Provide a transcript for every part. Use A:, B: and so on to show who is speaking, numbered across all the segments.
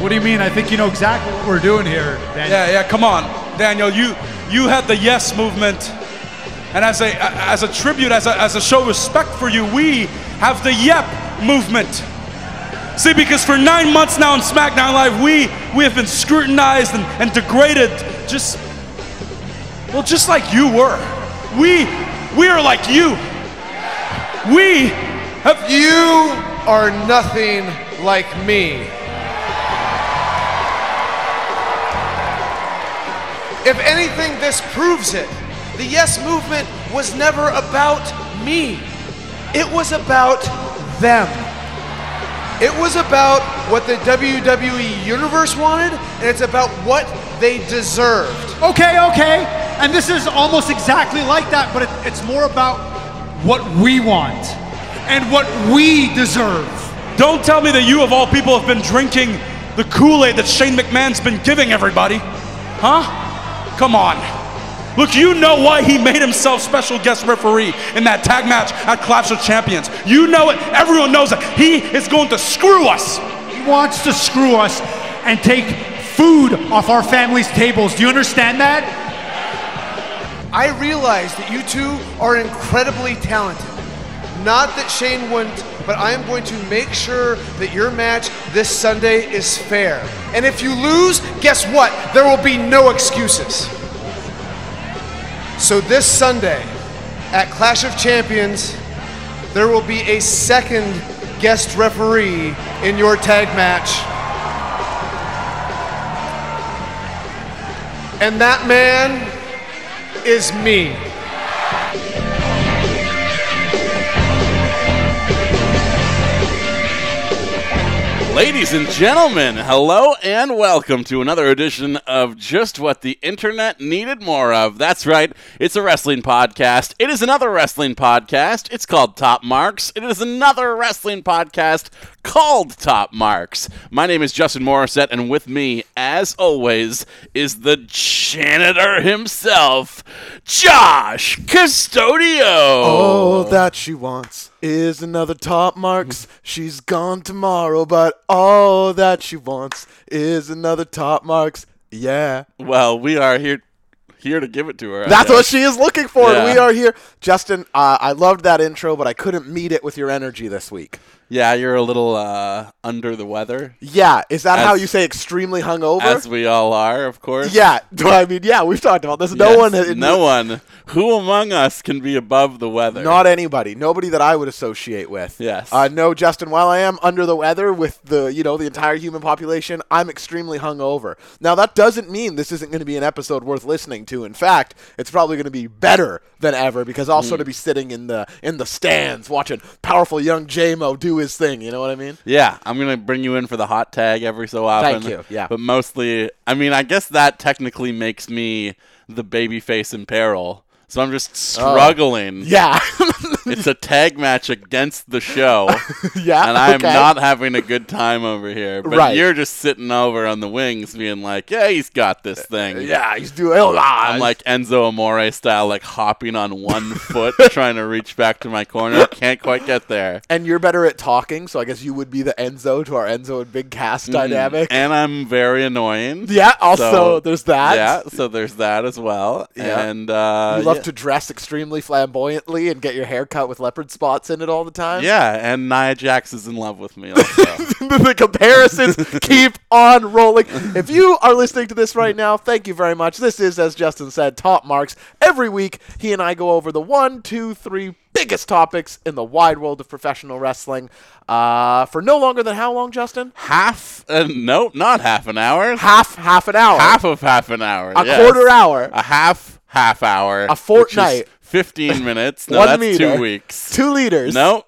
A: What do you mean? I think you know exactly what we're doing here, Daniel.
B: Yeah, yeah, come on, Daniel. You you had the yes movement, and as a as a tribute, as a, as a show respect for you, we have the yep movement. See, because for nine months now on SmackDown Live, we we have been scrutinized and, and degraded, just well, just like you were. We we are like you. We have
C: You are nothing like me. If anything, this proves it. The Yes Movement was never about me, it was about them. It was about what the WWE Universe wanted, and it's about what they deserved.
A: Okay, okay. And this is almost exactly like that, but it, it's more about what we want and what we deserve.
B: Don't tell me that you, of all people, have been drinking the Kool Aid that Shane McMahon's been giving everybody. Huh? Come on. Look, you know why he made himself special guest referee in that tag match at Clash of Champions. You know it. Everyone knows it. He is going to screw us.
A: He wants to screw us and take food off our families' tables. Do you understand that?
C: I realize that you two are incredibly talented. Not that Shane wouldn't, but I am going to make sure that your match this Sunday is fair. And if you lose, guess what? There will be no excuses. So this Sunday at Clash of Champions, there will be a second guest referee in your tag match. And that man is me.
D: Ladies and gentlemen, hello and welcome to another edition of Just What the Internet Needed More of. That's right, it's a wrestling podcast. It is another wrestling podcast. It's called Top Marks. It is another wrestling podcast called Top Marks. My name is Justin Morissette, and with me, as always, is the janitor himself, Josh Custodio.
E: All that she wants is another top marks. She's gone tomorrow, but all that she wants is another top marks. Yeah.
D: Well, we are here here to give it to her. I
E: That's
D: guess.
E: what she is looking for.
D: Yeah.
E: We are here. Justin, uh, I loved that intro, but I couldn't meet it with your energy this week.
D: Yeah, you're a little uh, under the weather,
E: Yeah. Is that how
D: As-
E: you say extremely hungover?
D: as we all are, of course.
E: yeah. Do I mean, yeah, we've talked about this. No
D: Yes,
E: one. had-
D: no one. Who among us can be above the weather?
E: Not anybody. Nobody that I would associate with.
D: Yes.
E: Uh, no, Justin. While I am under the weather with the you know the entire human population, I'm extremely hungover. Now that doesn't mean this isn't going to be an episode worth listening to. In fact, it's probably going to be better than ever because also
D: Mm.
E: to be sitting in the in the stands watching powerful young JMO do his thing. You know what I mean?
D: Yeah, I'm gonna bring you in for the hot tag every so often.
E: Thank you, yeah.
D: But mostly, I mean, I guess that technically makes me the babyface in peril. So I'm
E: Oh.
D: just struggling.
E: Yeah.
D: It's a tag match against the show.
E: Yeah,
D: And I'm
E: Ah, okay.
D: not having a good time over here. But
E: Right.
D: you're just sitting over on the wings being like, yeah, he's got this thing.
E: yeah. He's doing. Oh, ah,
D: I'm like Enzo Amore style, like hopping on one foot, trying to reach back to my corner. Can't quite get there.
E: And you're better at talking, so I guess you would be the Enzo to our Enzo and Big Cast
D: Mm-hmm.
E: dynamic.
D: And I'm very annoying.
E: Yeah, also, there's that.
D: Yeah, so there's that as well.
E: Yeah.
D: And uh,
E: You love
D: yeah.
E: to dress extremely flamboyantly and get your hair cut with leopard spots in it all the time.
D: Yeah, and Nia Jax is in love with me. Also.
E: the comparisons keep on rolling. If you are listening to this right now, thank you very much. This is, as Justin said, Top Marks. Every week, he and I go over the one, two, three biggest topics in the wide world of professional wrestling uh, for no longer than how long, Justin?
D: half? Uh, no, not half an hour.
E: Half, half an hour.
D: half of half an hour.
E: a
D: yes.
E: quarter hour.
D: A half half hour. which is
E: fortnight.
D: Fifteen minutes. No,
E: One
D: that's
E: meter.
D: two weeks.
E: two liters.
D: No,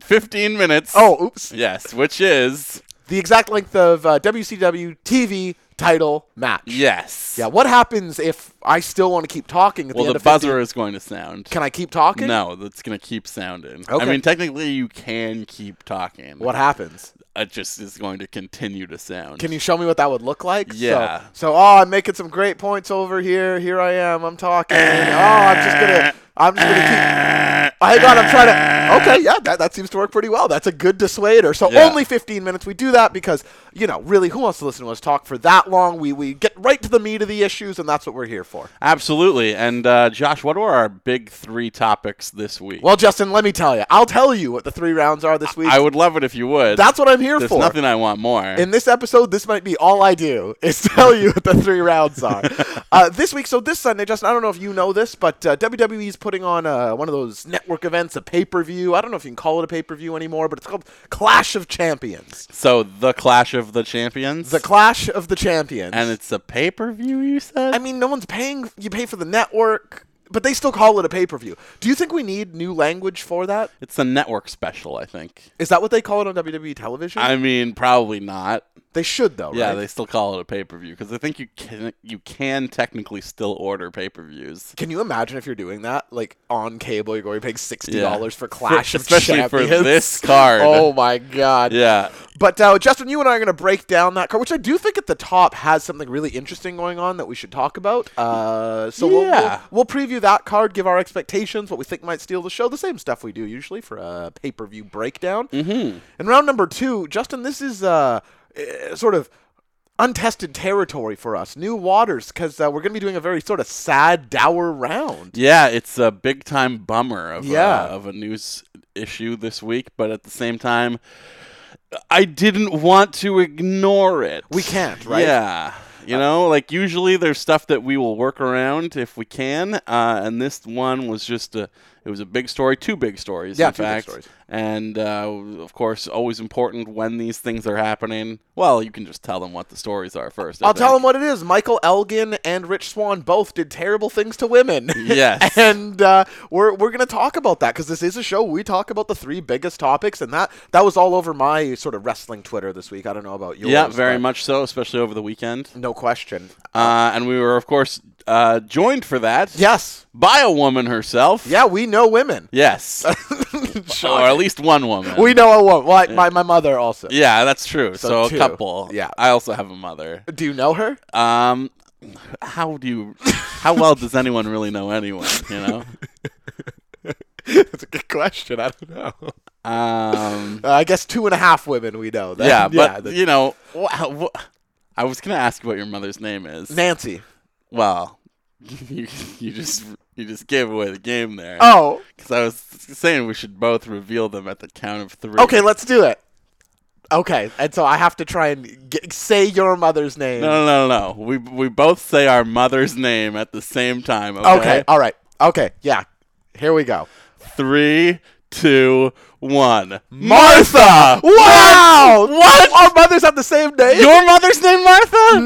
D: fifteen minutes.
E: Oh, oops.
D: Yes, which is
E: The exact length of uh, WCW TV title match.
D: yes.
E: Yeah, what happens if I still want to keep talking at
D: Well,
E: the end
D: the
E: of
D: buzzer
E: 50?
D: is going to sound.
E: Can I keep talking?
D: No, that's gonna keep sounding.
E: Okay.
D: I mean, technically, you can keep talking.
E: What happens?
D: It just is going to continue to sound.
E: Can you show me what that would look like? So-
D: Yeah.
E: So, oh, I'm making some great points over here. Here I am. I'm talking. oh, I'm just gonna. I'm just gonna keep. I got. I'm trying to. Okay, yeah, that, that seems to work pretty well. That's a good dissuader. So
D: Yeah.
E: only 15 minutes. We do that because you know, really, who wants to listen to us talk for that long? We we get right to the meat of the issues, and that's what we're here for.
D: Absolutely. And uh, Josh, what were our big three topics this week?
E: Well, Justin, let me tell you. I'll tell you what the three rounds are this week.
D: I would love it if you would.
E: that's what I'm here
D: There's
E: for.
D: nothing I want more.
E: In this episode, this might be all I do is tell you what the three rounds are. uh, this week, so this Sunday, Justin, I don't know if you know this, but uh, WWE is putting on uh, one of those network events, a pay per view. I don't know if you can call it a pay per view anymore, but it's called Clash of Champions.
D: so the Clash of the Champions,
E: The Clash of the Champions.
D: and it's a pay per view. You said.
E: I mean, no one's paying. You pay for the network, but they still call it a pay per view. Do you think we need new language for that?
D: it's a network special, I think.
E: Is that what they call it on WWE television?
D: I mean, probably not.
E: they should, though,
D: Yeah,
E: right?
D: they still call it a pay per view because I think you can you can technically still order pay per views.
E: Can you imagine if you're doing that, like on cable, you're going to pay sixty dollars for Clash of
D: especially
E: Champions,
D: for this card.
E: Oh my god!
D: Yeah,
E: But uh, Justin, you and I are going to break down that card, which I do think at the top has something really interesting going on that we should talk about. Uh, so we'll-
D: Yeah.
E: we'll, we'll preview that card, give our expectations, what we think might steal the show, the same stuff we do usually for a pay per view breakdown. Mm-hmm. And round number two, Justin, this is uh, eh, sort of untested territory for us, new waters, because uh, we're going to be doing a very sort of sad, dour round.
D: yeah, it's a big time bummer of
E: Yeah.
D: a, of a news issue this week, but at the same time, I didn't want to ignore it.
E: We can't, right?
D: Yeah. You know, like usually there's stuff that we will work around if we can, uh, and this one was just a it was a big story, two big stories,
E: Yeah,
D: in
E: two big
D: fact,
E: stories.
D: and uh, of course always important when these things are happening. Well, you can just tell them what the stories are first. I
E: I'll tell
D: think.
E: them what it is. Michael Elgin and Rich Swan both did terrible things to women.
D: Yes.
E: and uh, we're we're gonna talk about that because this is a show where we talk about the three biggest topics, and that that was all over my sort of wrestling Twitter this week. I don't know about yours.
D: Yeah, very
E: but
D: much so, especially over the weekend.
E: No question.
D: Uh, and we were, of course, uh, joined for that.
E: Yes.
D: By a woman herself.
E: Yeah, we know women.
D: Yes. or at least one woman.
E: We know a woman. Well, I- my my mother also.
D: Yeah, that's true. So,
E: two.
D: a couple.
E: Yeah.
D: I also have a mother.
E: Do you know her?
D: Um, how do you? How well does anyone really know anyone? You know.
E: That's a good question. I don't know.
D: Um.
E: Uh, I guess two and a half women we know. That-
D: Yeah, but
E: that-
D: you know, wh- how- wh- I was gonna ask you what your mother's name is.
E: Nancy.
D: well, you you just you just gave away the game there.
E: Oh,
D: Because I was saying we should both reveal them at the count of three.
E: Okay, let's do it. Okay, and so I have to try and g say your mother's name.
D: No, no, no, no. We we both say our mother's name at the same time.
E: okay.
D: Okay.
E: all right. Okay, yeah. Here we go.
D: Three, two, one.
E: Martha! Wow! What? Our mothers have the same name?
D: Your mother's name, Martha?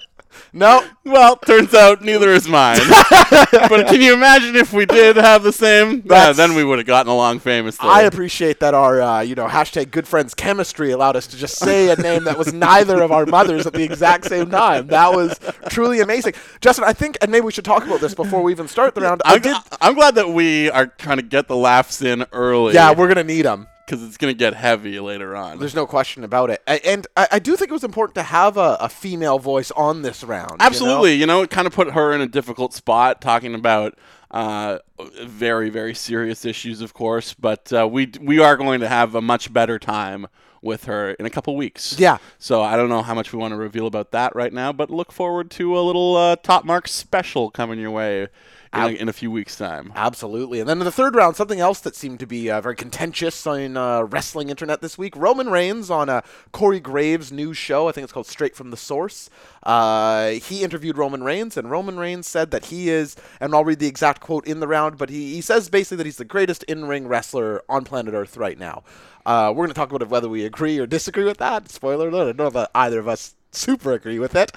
E: no. no.
D: Well, turns out neither is mine. but can you imagine if we did have the same? Yeah,
E: That's-
D: then we would have gotten along famously.
E: I appreciate that our, uh, you know, hashtag good friends chemistry allowed us to just say a name that was neither of our mothers at the exact same time. That was truly amazing. Justin, I think, and maybe we should talk about this before we even start the round. I
D: I'm,
E: did.
D: I'm glad that we are trying to get the laughs in early.
E: Yeah, we're going to need them.
D: because it's gonna get heavy later on.
E: There's no question about it. I, and I, I do think it was important to have a, a female voice on this round. you know?
D: Absolutely. You know? it kind of put her in a difficult spot talking about uh, very, very serious issues, of course. But uh, we we are going to have a much better time with her in a couple weeks.
E: Yeah.
D: So I don't know how much we want to reveal about that right now, but look forward to a little uh, Top Mark special coming your way in, a, in a few weeks' time.
E: Absolutely. And then in the third round, something else that seemed to be uh, very contentious on uh, wrestling internet this week Roman Reigns on uh, Corey Graves' new show. I think it's called Straight from the Source. Uh, he interviewed Roman Reigns, and Roman Reigns said that he is, and I'll read the exact quote in the round, but he, he says basically that he's the greatest in ring wrestler on planet Earth right now. Uh, we're going to talk about it whether we agree or disagree with that. Spoiler alert, I don't know that either of us super agree with it.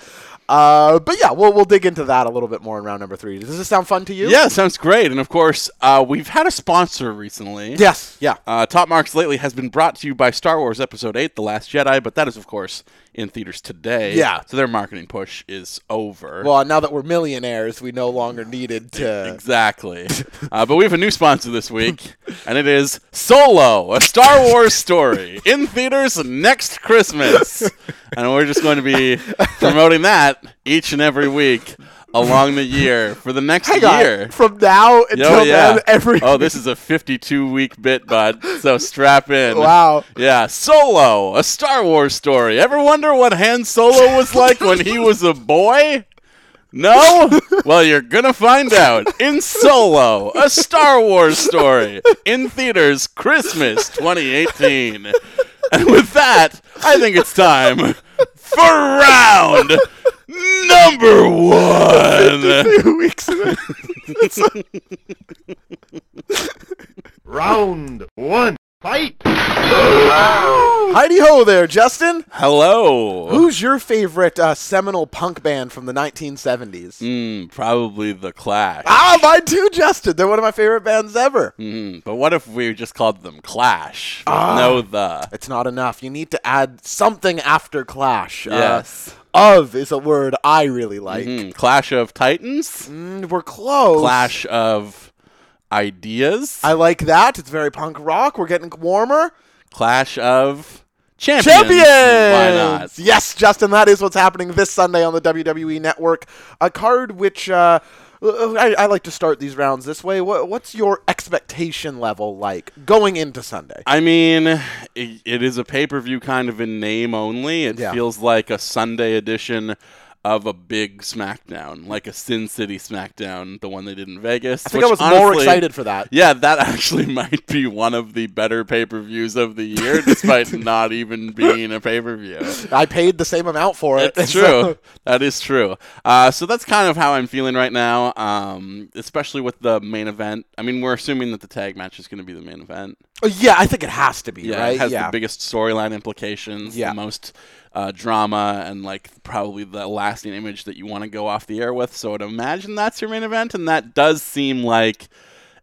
E: Uh, but yeah, we'll, we'll dig into that a little bit more in round number three. Does this sound fun to you?
D: Yeah, sounds great. And of course, uh, we've had a sponsor recently.
E: Yes. Yeah.
D: Uh, Top Marks lately has been brought to you by Star Wars Episode 8, The Last Jedi, but that is, of course, in theaters today.
E: Yeah.
D: So their marketing push is over.
E: Well, now that we're millionaires, we no longer needed to.
D: exactly. uh, but we have a new sponsor this week, and it is Solo, a Star Wars story, in theaters next Christmas. and we're just going to be promoting that each and every week along the year for the next
E: Hang on.
D: year.
E: From now until
D: Oh yeah.
E: then, every
D: oh, this is a 52 week bit, bud. So strap in.
E: Wow.
D: Yeah. Solo, a Star Wars story. Ever wonder what Han Solo was like when he was a boy? No? Well, you're gonna find out in Solo, a Star Wars story, in theaters Christmas 2018. And with that, I think it's time for round number one.
E: two weeks.
F: Round one. Fight!
E: Heidi ho there, Justin.
D: Hello.
E: Who's your favorite uh, seminal punk band from the 1970s?
D: Mm, probably the Clash.
E: Ah, mine too, Justin. They're one of my favorite bands ever.
D: Mm, but what if we just called them Clash? with
E: Ah.
D: No, the.
E: It's not enough. You need to add something after Clash. Uh,
D: Yes.
E: of is a word I really like.
D: Mm, Clash of Titans.
E: Mm, we're close.
D: Clash of ideas.
E: I like that. It's very punk rock. We're getting warmer.
D: Clash of champions.
E: Champions!
D: Why not?
E: Yes, Justin, that is what's happening this Sunday on the WWE Network. A card which uh, I, I like to start these rounds this way. What, what's your expectation level like going into Sunday?
D: I mean, i it is a pay per view kind of in name only. It
E: Yeah.
D: feels like a Sunday edition of a big SmackDown, like a Sin City SmackDown, the one they did in Vegas.
E: I think I was more excited for that.
D: Yeah, that actually might be one of the better pay per views of the year, despite not even being a pay per view.
E: I paid the same amount for it.
D: It's
E: So-
D: true. That is true. Uh, so that's kind of how I'm feeling right now, um, especially with the main event. I mean, we're assuming that the tag match is going to be the main event.
E: yeah, I think it has to be,
D: Yeah,
E: right?
D: it has
E: yeah.
D: the biggest storyline implications,
E: Yeah.
D: the most uh, drama, and like probably the lasting image that you want to go off the air with. So I'd imagine that's your main event, and that does seem like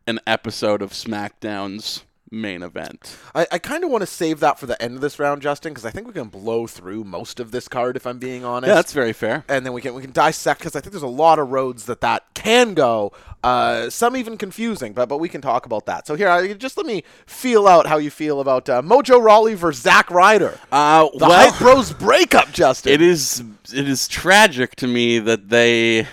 D: an episode of SmackDown's main event.
E: I, I kind of want to save that for the end of this round, Justin, because I think we can blow through most of this card if I'm being honest.
D: Yeah, that's very fair.
E: and then we can we can dissect because I think there's a lot of roads that that can go. Uh, some even confusing, but but we can talk about that. So here, I, just let me feel out how you feel about uh, Mojo Rawley versus Zack Ryder.
D: Uh,
E: the
D: well,
E: Hype Bros breakup, Justin.
D: it is it is tragic to me that they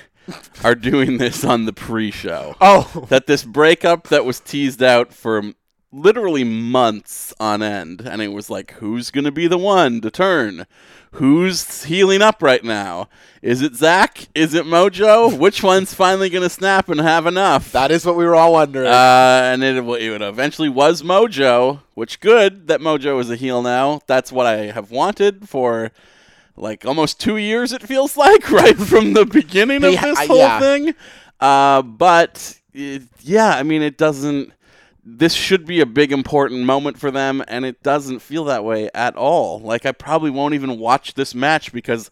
D: are doing this on the pre-show.
E: Oh.
D: that this breakup that was teased out for m- literally months on end, and it was like, who's gonna be the one to turn? Who's healing up right now? Is it Zach? Is it Mojo? Which one's finally gonna snap and have enough?
E: That is what we were all wondering.
D: Uh, and it, w- it eventually was Mojo, which good that Mojo is a heel now. That's what I have wanted for like almost two years. It feels like right from the beginning of
E: Yeah,
D: this
E: uh,
D: whole
E: yeah.
D: thing. Uh, but it, yeah, I mean, it doesn't. This should be a big important moment for them, and it doesn't feel that way at all. Like I probably won't even watch this match because.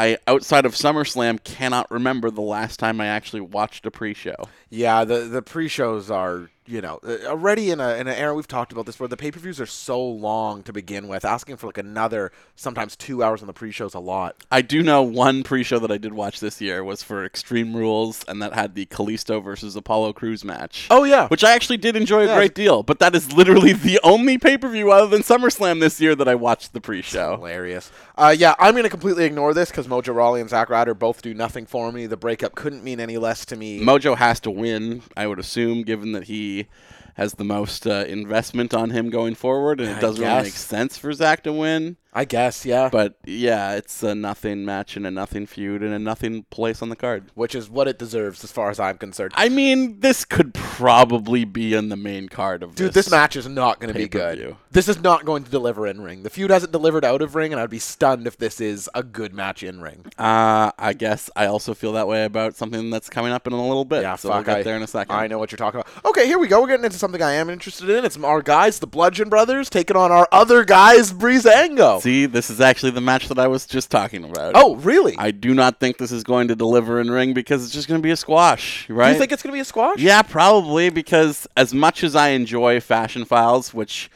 D: I outside of SummerSlam cannot remember the last time I actually watched a pre-show.
E: Yeah, the the pre-shows are you know uh, already in a in an era we've talked about this where the pay-per-views are so long to begin with. Asking for like another sometimes two hours on the pre-shows a lot.
D: I do know one pre-show that I did watch this year was for Extreme Rules, and that had the Kalisto versus Apollo Crews match.
E: Oh, yeah.
D: which I actually did enjoy a
E: Yeah.
D: great deal. But that is literally the only pay-per-view other than SummerSlam this year that I watched the pre-show.
E: Hilarious. Uh, yeah, I'm going to completely ignore this because Mojo Rawley and Zack Ryder both do nothing for me. The breakup couldn't mean any less to me.
D: Mojo has to win, I would assume, given that he has the most uh, investment on him going forward, and it
E: I
D: doesn't really
E: guess.
D: make sense for Zach to win.
E: I guess, yeah.
D: But yeah, it's a nothing match and a nothing feud and a nothing place on the card.
E: Which is what it deserves as far as I'm concerned.
D: I mean, this could probably be on the main card of
E: Dude, this, match is not going to be
D: pay-per-view.
E: good. This is not going to deliver in ring. The feud hasn't delivered out of ring, and I'd be stunned if this is a good match in ring.
D: Uh, I guess I also feel that way about something that's coming up in a little bit.
E: Yeah,
D: so
E: fuck.
D: we'll get
E: I,
D: there in a second.
E: I know what you're talking about. Okay, here we go. We're getting into something I am interested in. It's our guys, the Bludgeon Brothers, taking on our other guys, Breezango.
D: See, this is actually the match that I was just talking about.
E: oh, really?
D: I do not think this is going to deliver in ring because it's just going to be a squash, right?
E: Do you think it's going to be a squash?
D: yeah, probably because as much as I enjoy Fashion Files, which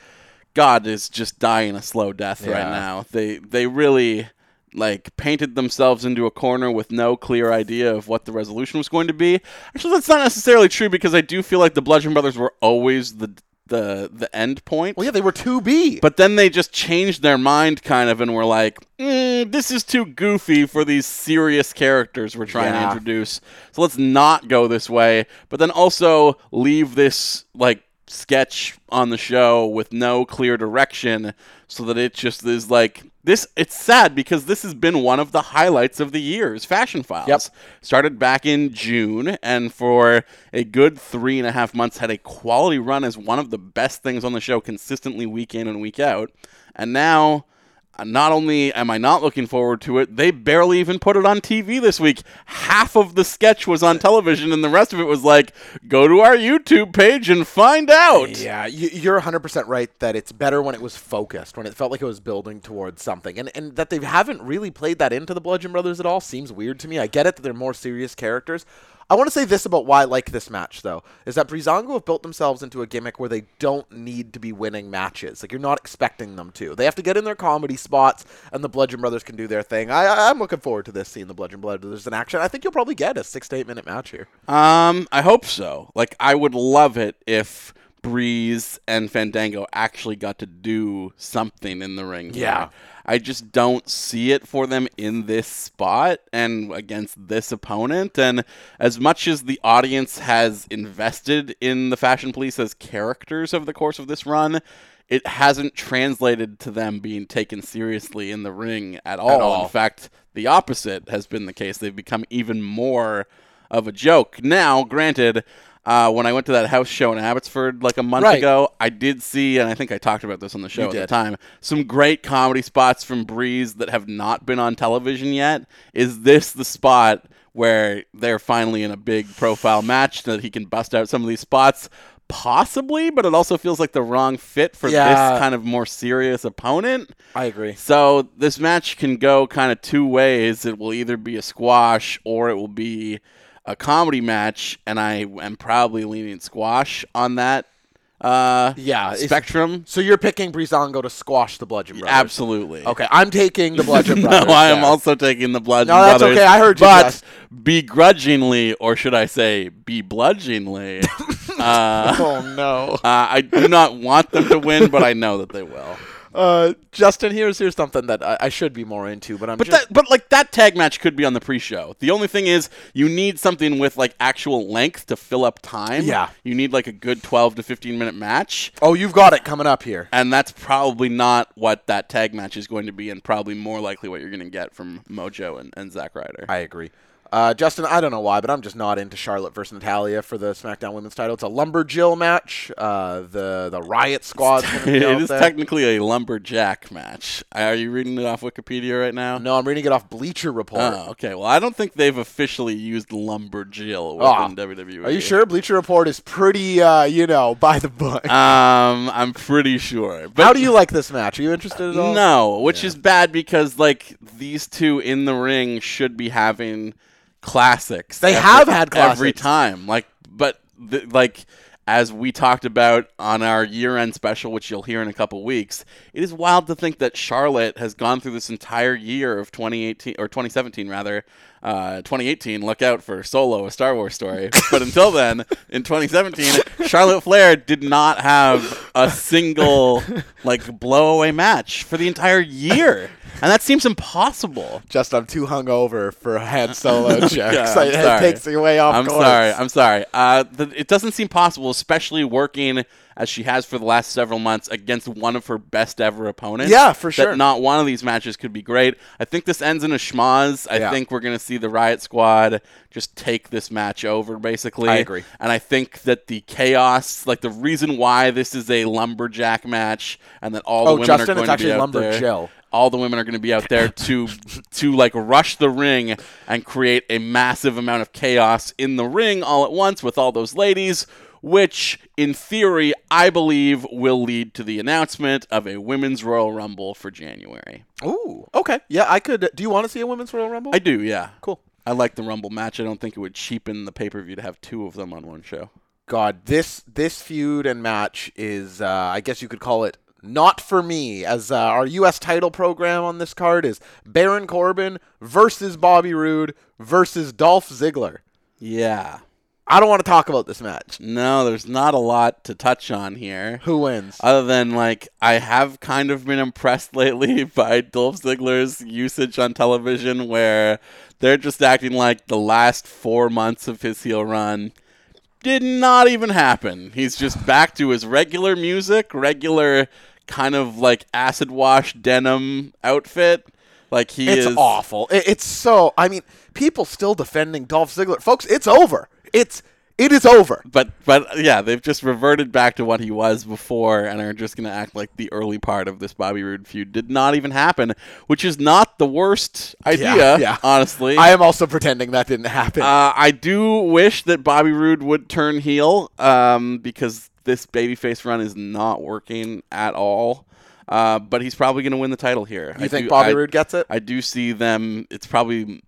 D: God is just dying a slow death right
E: Yeah.
D: now, they they really like painted themselves into a corner with no clear idea of what the resolution was going to be. Actually, that's not necessarily true because I do feel like the Bludgeon Brothers were always the the the end point.
E: Well, yeah, they were 2B.
D: But then they just changed their mind, kind of, and were like, mm, "This is too goofy for these serious characters we're trying
E: Yeah.
D: to introduce. So let's not go this way." But then also leave this like sketch on the show with no clear direction, so that it just is like this. It's sad because this has been one of the highlights of the year. Is Fashion Files
E: Yep.
D: started back in June, and for a good three and a half months had a quality run as one of the best things on the show consistently week in and week out. And now, uh, not only am I not looking forward to it, they barely even put it on TV this week. Half of the sketch was on television, and the rest of it was like, go to our YouTube page and find out.
E: Yeah, you, you're 100% right that it's better when it was focused, when it felt like it was building towards something. And, and that they haven't really played that into the Bludgeon Brothers at all seems weird to me. I get it that they're more serious characters. I want to say this about why I like this match, though, is that Brizongo have built themselves into a gimmick where they don't need to be winning matches. Like, you're not expecting them to. They have to get in their comedy spots, and the Bludgeon Brothers can do their thing. I, I, I'm looking forward to this, seeing the Bludgeon Brothers in action. I think you'll probably get a six to eight minute match here.
D: Um, I hope so. Like, I would love it if Breeze and Fandango actually got to do something in the ring. here.
E: Yeah.
D: I just don't see it for them in this spot and against this opponent. And as much as the audience has invested in the Fashion Police as characters over the course of this run, it hasn't translated to them being taken seriously in the ring at all.
E: all.
D: In fact, the opposite has been the case. They've become even more of a joke. Now, granted, uh, when I went to that house show in Abbotsford like a month
E: Right.
D: ago, I did see, and I think I talked about this on the show at the
E: did.
D: time, some great comedy spots from Breeze that have not been on television yet. Is this the spot where they're finally in a big profile match that he can bust out some of these spots? Possibly, but it also feels like the wrong fit for
E: Yeah.
D: this kind of more serious opponent.
E: I agree.
D: So this match can go kind of two ways. It will either be a squash or it will be a comedy match, and I am probably leaning squash on that. Uh,
E: Yeah, it's-
D: spectrum.
E: So you're picking Brizongo to squash the Bludgeon Brothers?
D: Absolutely.
E: Okay, I'm taking the Bludgeon Brothers.
D: no, I am
E: yeah.
D: also taking the Bludgeon
E: No, that's
D: Brothers.
E: okay. I heard you,
D: But
E: Josh.
D: begrudgingly, or should I say, bebludgingly,
E: Oh no.
D: uh, I do not want them to win, but I know that they will.
E: Uh, Justin, here's here's something that I, I should be more into, but I'm
D: But
E: just
D: that, but like that tag match could be on the pre-show. The only thing is, you need something with like actual length to fill up time.
E: Yeah.
D: you need like a good twelve to fifteen minute match,
E: oh, you've got it coming up here.
D: and that's probably not what that tag match is going to be, and probably more likely what you're going to get from Mojo and, and Zack Ryder.
E: I agree. Uh, Justin, I don't know why, but I'm just not into Charlotte versus Natalia for the SmackDown Women's Title. It's a lumberjill match. Uh, the the Riot Squad's gonna be out
D: it is
E: there.
D: technically a lumberjack match. Are you reading it off Wikipedia right now?
E: No, I'm reading it off Bleacher Report.
D: Oh, okay. Well, I don't think they've officially used lumberjill
E: Ah.
D: within E. WWE.
E: Are you sure? Bleacher Report is pretty, uh, you know, by the book.
D: Um, I'm pretty sure. But
E: How do you like this match? Are you interested at all?
D: No, which is bad because like these two in the ring should be having classics.
E: They have had
D: every
E: classics.
D: time. Like, but th- like as we talked about on our year-end special, which you'll hear in a couple weeks, it is wild to think that Charlotte has gone through this entire year of 2018 or 2017 rather. Uh, 2018, look out for Solo, a Star Wars story. But until then, in 2017, Charlotte Flair did not have a single like blowaway match for the entire year, and that seems impossible.
E: Just I'm too hungover for Han Solo jokes.
D: Yeah,
E: I-
D: I'm
E: it
D: sorry.
E: takes me way off
D: I'm
E: course.
D: sorry. I'm sorry. Uh, th- it doesn't seem possible, especially working as she has for the last several months against one of her best ever opponents.
E: Yeah, for sure.
D: That not one of these matches could be great. I think this ends in a schmaz. I
E: Yeah.
D: think we're going to see the Riot Squad just take this match over, basically.
E: I agree.
D: And I think that the chaos, like the reason why this is a lumberjack match, and that all
E: Oh,
D: the women
E: Justin,
D: are
E: it's
D: going to be
E: actually
D: out there-
E: lumberjill.
D: all the women are going to be out there to to like rush the ring and create a massive amount of chaos in the ring all at once with all those ladies which in theory i believe will lead to the announcement of a women's royal rumble for january
E: Ooh, okay. Yeah, I could. Do you want to see a women's Royal Rumble?
D: i do yeah
E: Cool.
D: i like the rumble match i don't think it would cheapen the pay-per-view to have two of them on one show
E: God, this this feud and match is, uh, I guess you could call it, not for me. As uh, our U.S. title program on this card is Baron Corbin versus Bobby Roode versus Dolph Ziggler.
D: yeah
E: I don't want to talk about this match.
D: No, there's not a lot to touch on here.
E: Who wins?
D: Other than like, I have kind of been impressed lately by Dolph Ziggler's usage on television, where they're just acting like the last four months of his heel run did not even happen. He's just back to his regular music, regular kind of like acid wash denim outfit. Like he
E: it's
D: is
E: awful. It, it's so. I mean, people still defending Dolph Ziggler, folks. It's over. It's it is over.
D: but but yeah, they've just reverted back to what he was before, and are just going to act like the early part of this Bobby Roode feud did not even happen, which is not the worst idea, honestly.
E: I am also pretending that didn't happen.
D: uh, I do wish that Bobby Roode would turn heel um, because this babyface run is not working at all. Uh, but he's probably going to win the title here.
E: you think Bobby
D: I-
E: Roode gets it?
D: I do see them. It's probably.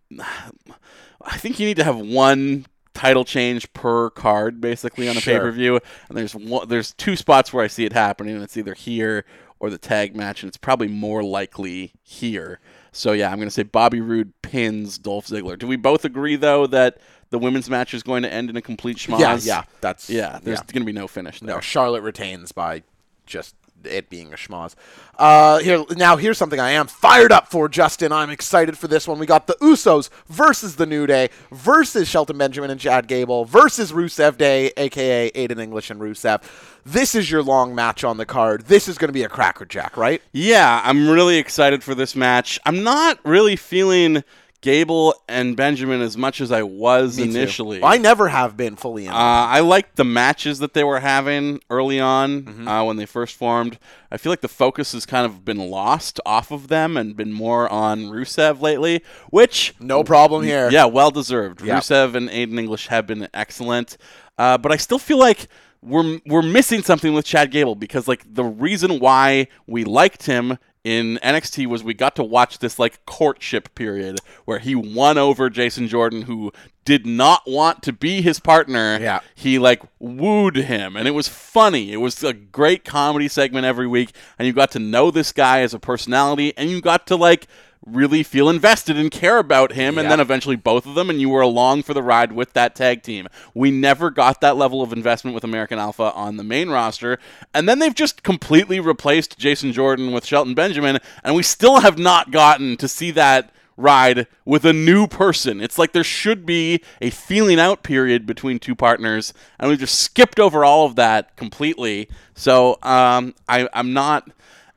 D: I think you need to have one title change per card, basically, on a
E: Sure.
D: pay per view. And there's one, there's two spots where I see it happening. And it's either here or the tag match, and it's probably more likely here. So yeah, I'm gonna say Bobby Roode pins Dolph Ziggler. Do we both agree though that the women's match is going to end in a complete schmoz?
E: yeah, yeah. That's
D: yeah. There's gonna be no finish. There.
E: No, Charlotte retains by just it being a schmoz. Uh, here now, here's something I am fired up for, Justin. I'm excited for this one. We got the Usos versus the New Day versus Shelton Benjamin and Chad Gable versus Rusev Day, aka Aiden English and Rusev. This is your long match on the card. This is going to be a crackerjack, right?
D: Yeah, I'm really excited for this match. I'm not really feeling Gable and Benjamin as much as I was initially.
E: I never have been fully in.
D: Uh, I liked the matches that they were having early on
E: Mm-hmm.
D: uh, when they first formed. I feel like the focus has kind of been lost off of them and been more on Rusev lately, which
E: no problem here.
D: yeah, well deserved.
E: Yeah.
D: Rusev and Aiden English have been excellent, uh, but I still feel like we're we're missing something with Chad Gable because like the reason why we liked him in NXT was we got to watch this like courtship period where he won over Jason Jordan who did not want to be his partner
E: Yeah.
D: he like wooed him and it was funny it was a great comedy segment every week and you got to know this guy as a personality and you got to like really feel invested and care about him and then eventually both of them and you were along for the ride with that tag team we never got that level of investment with american alpha on the main roster and then they've just completely replaced jason jordan with shelton benjamin and we still have not gotten to see that ride with a new person. It's like there should be a feeling out period between two partners, and we just skipped over all of that completely. So um, I, I'm not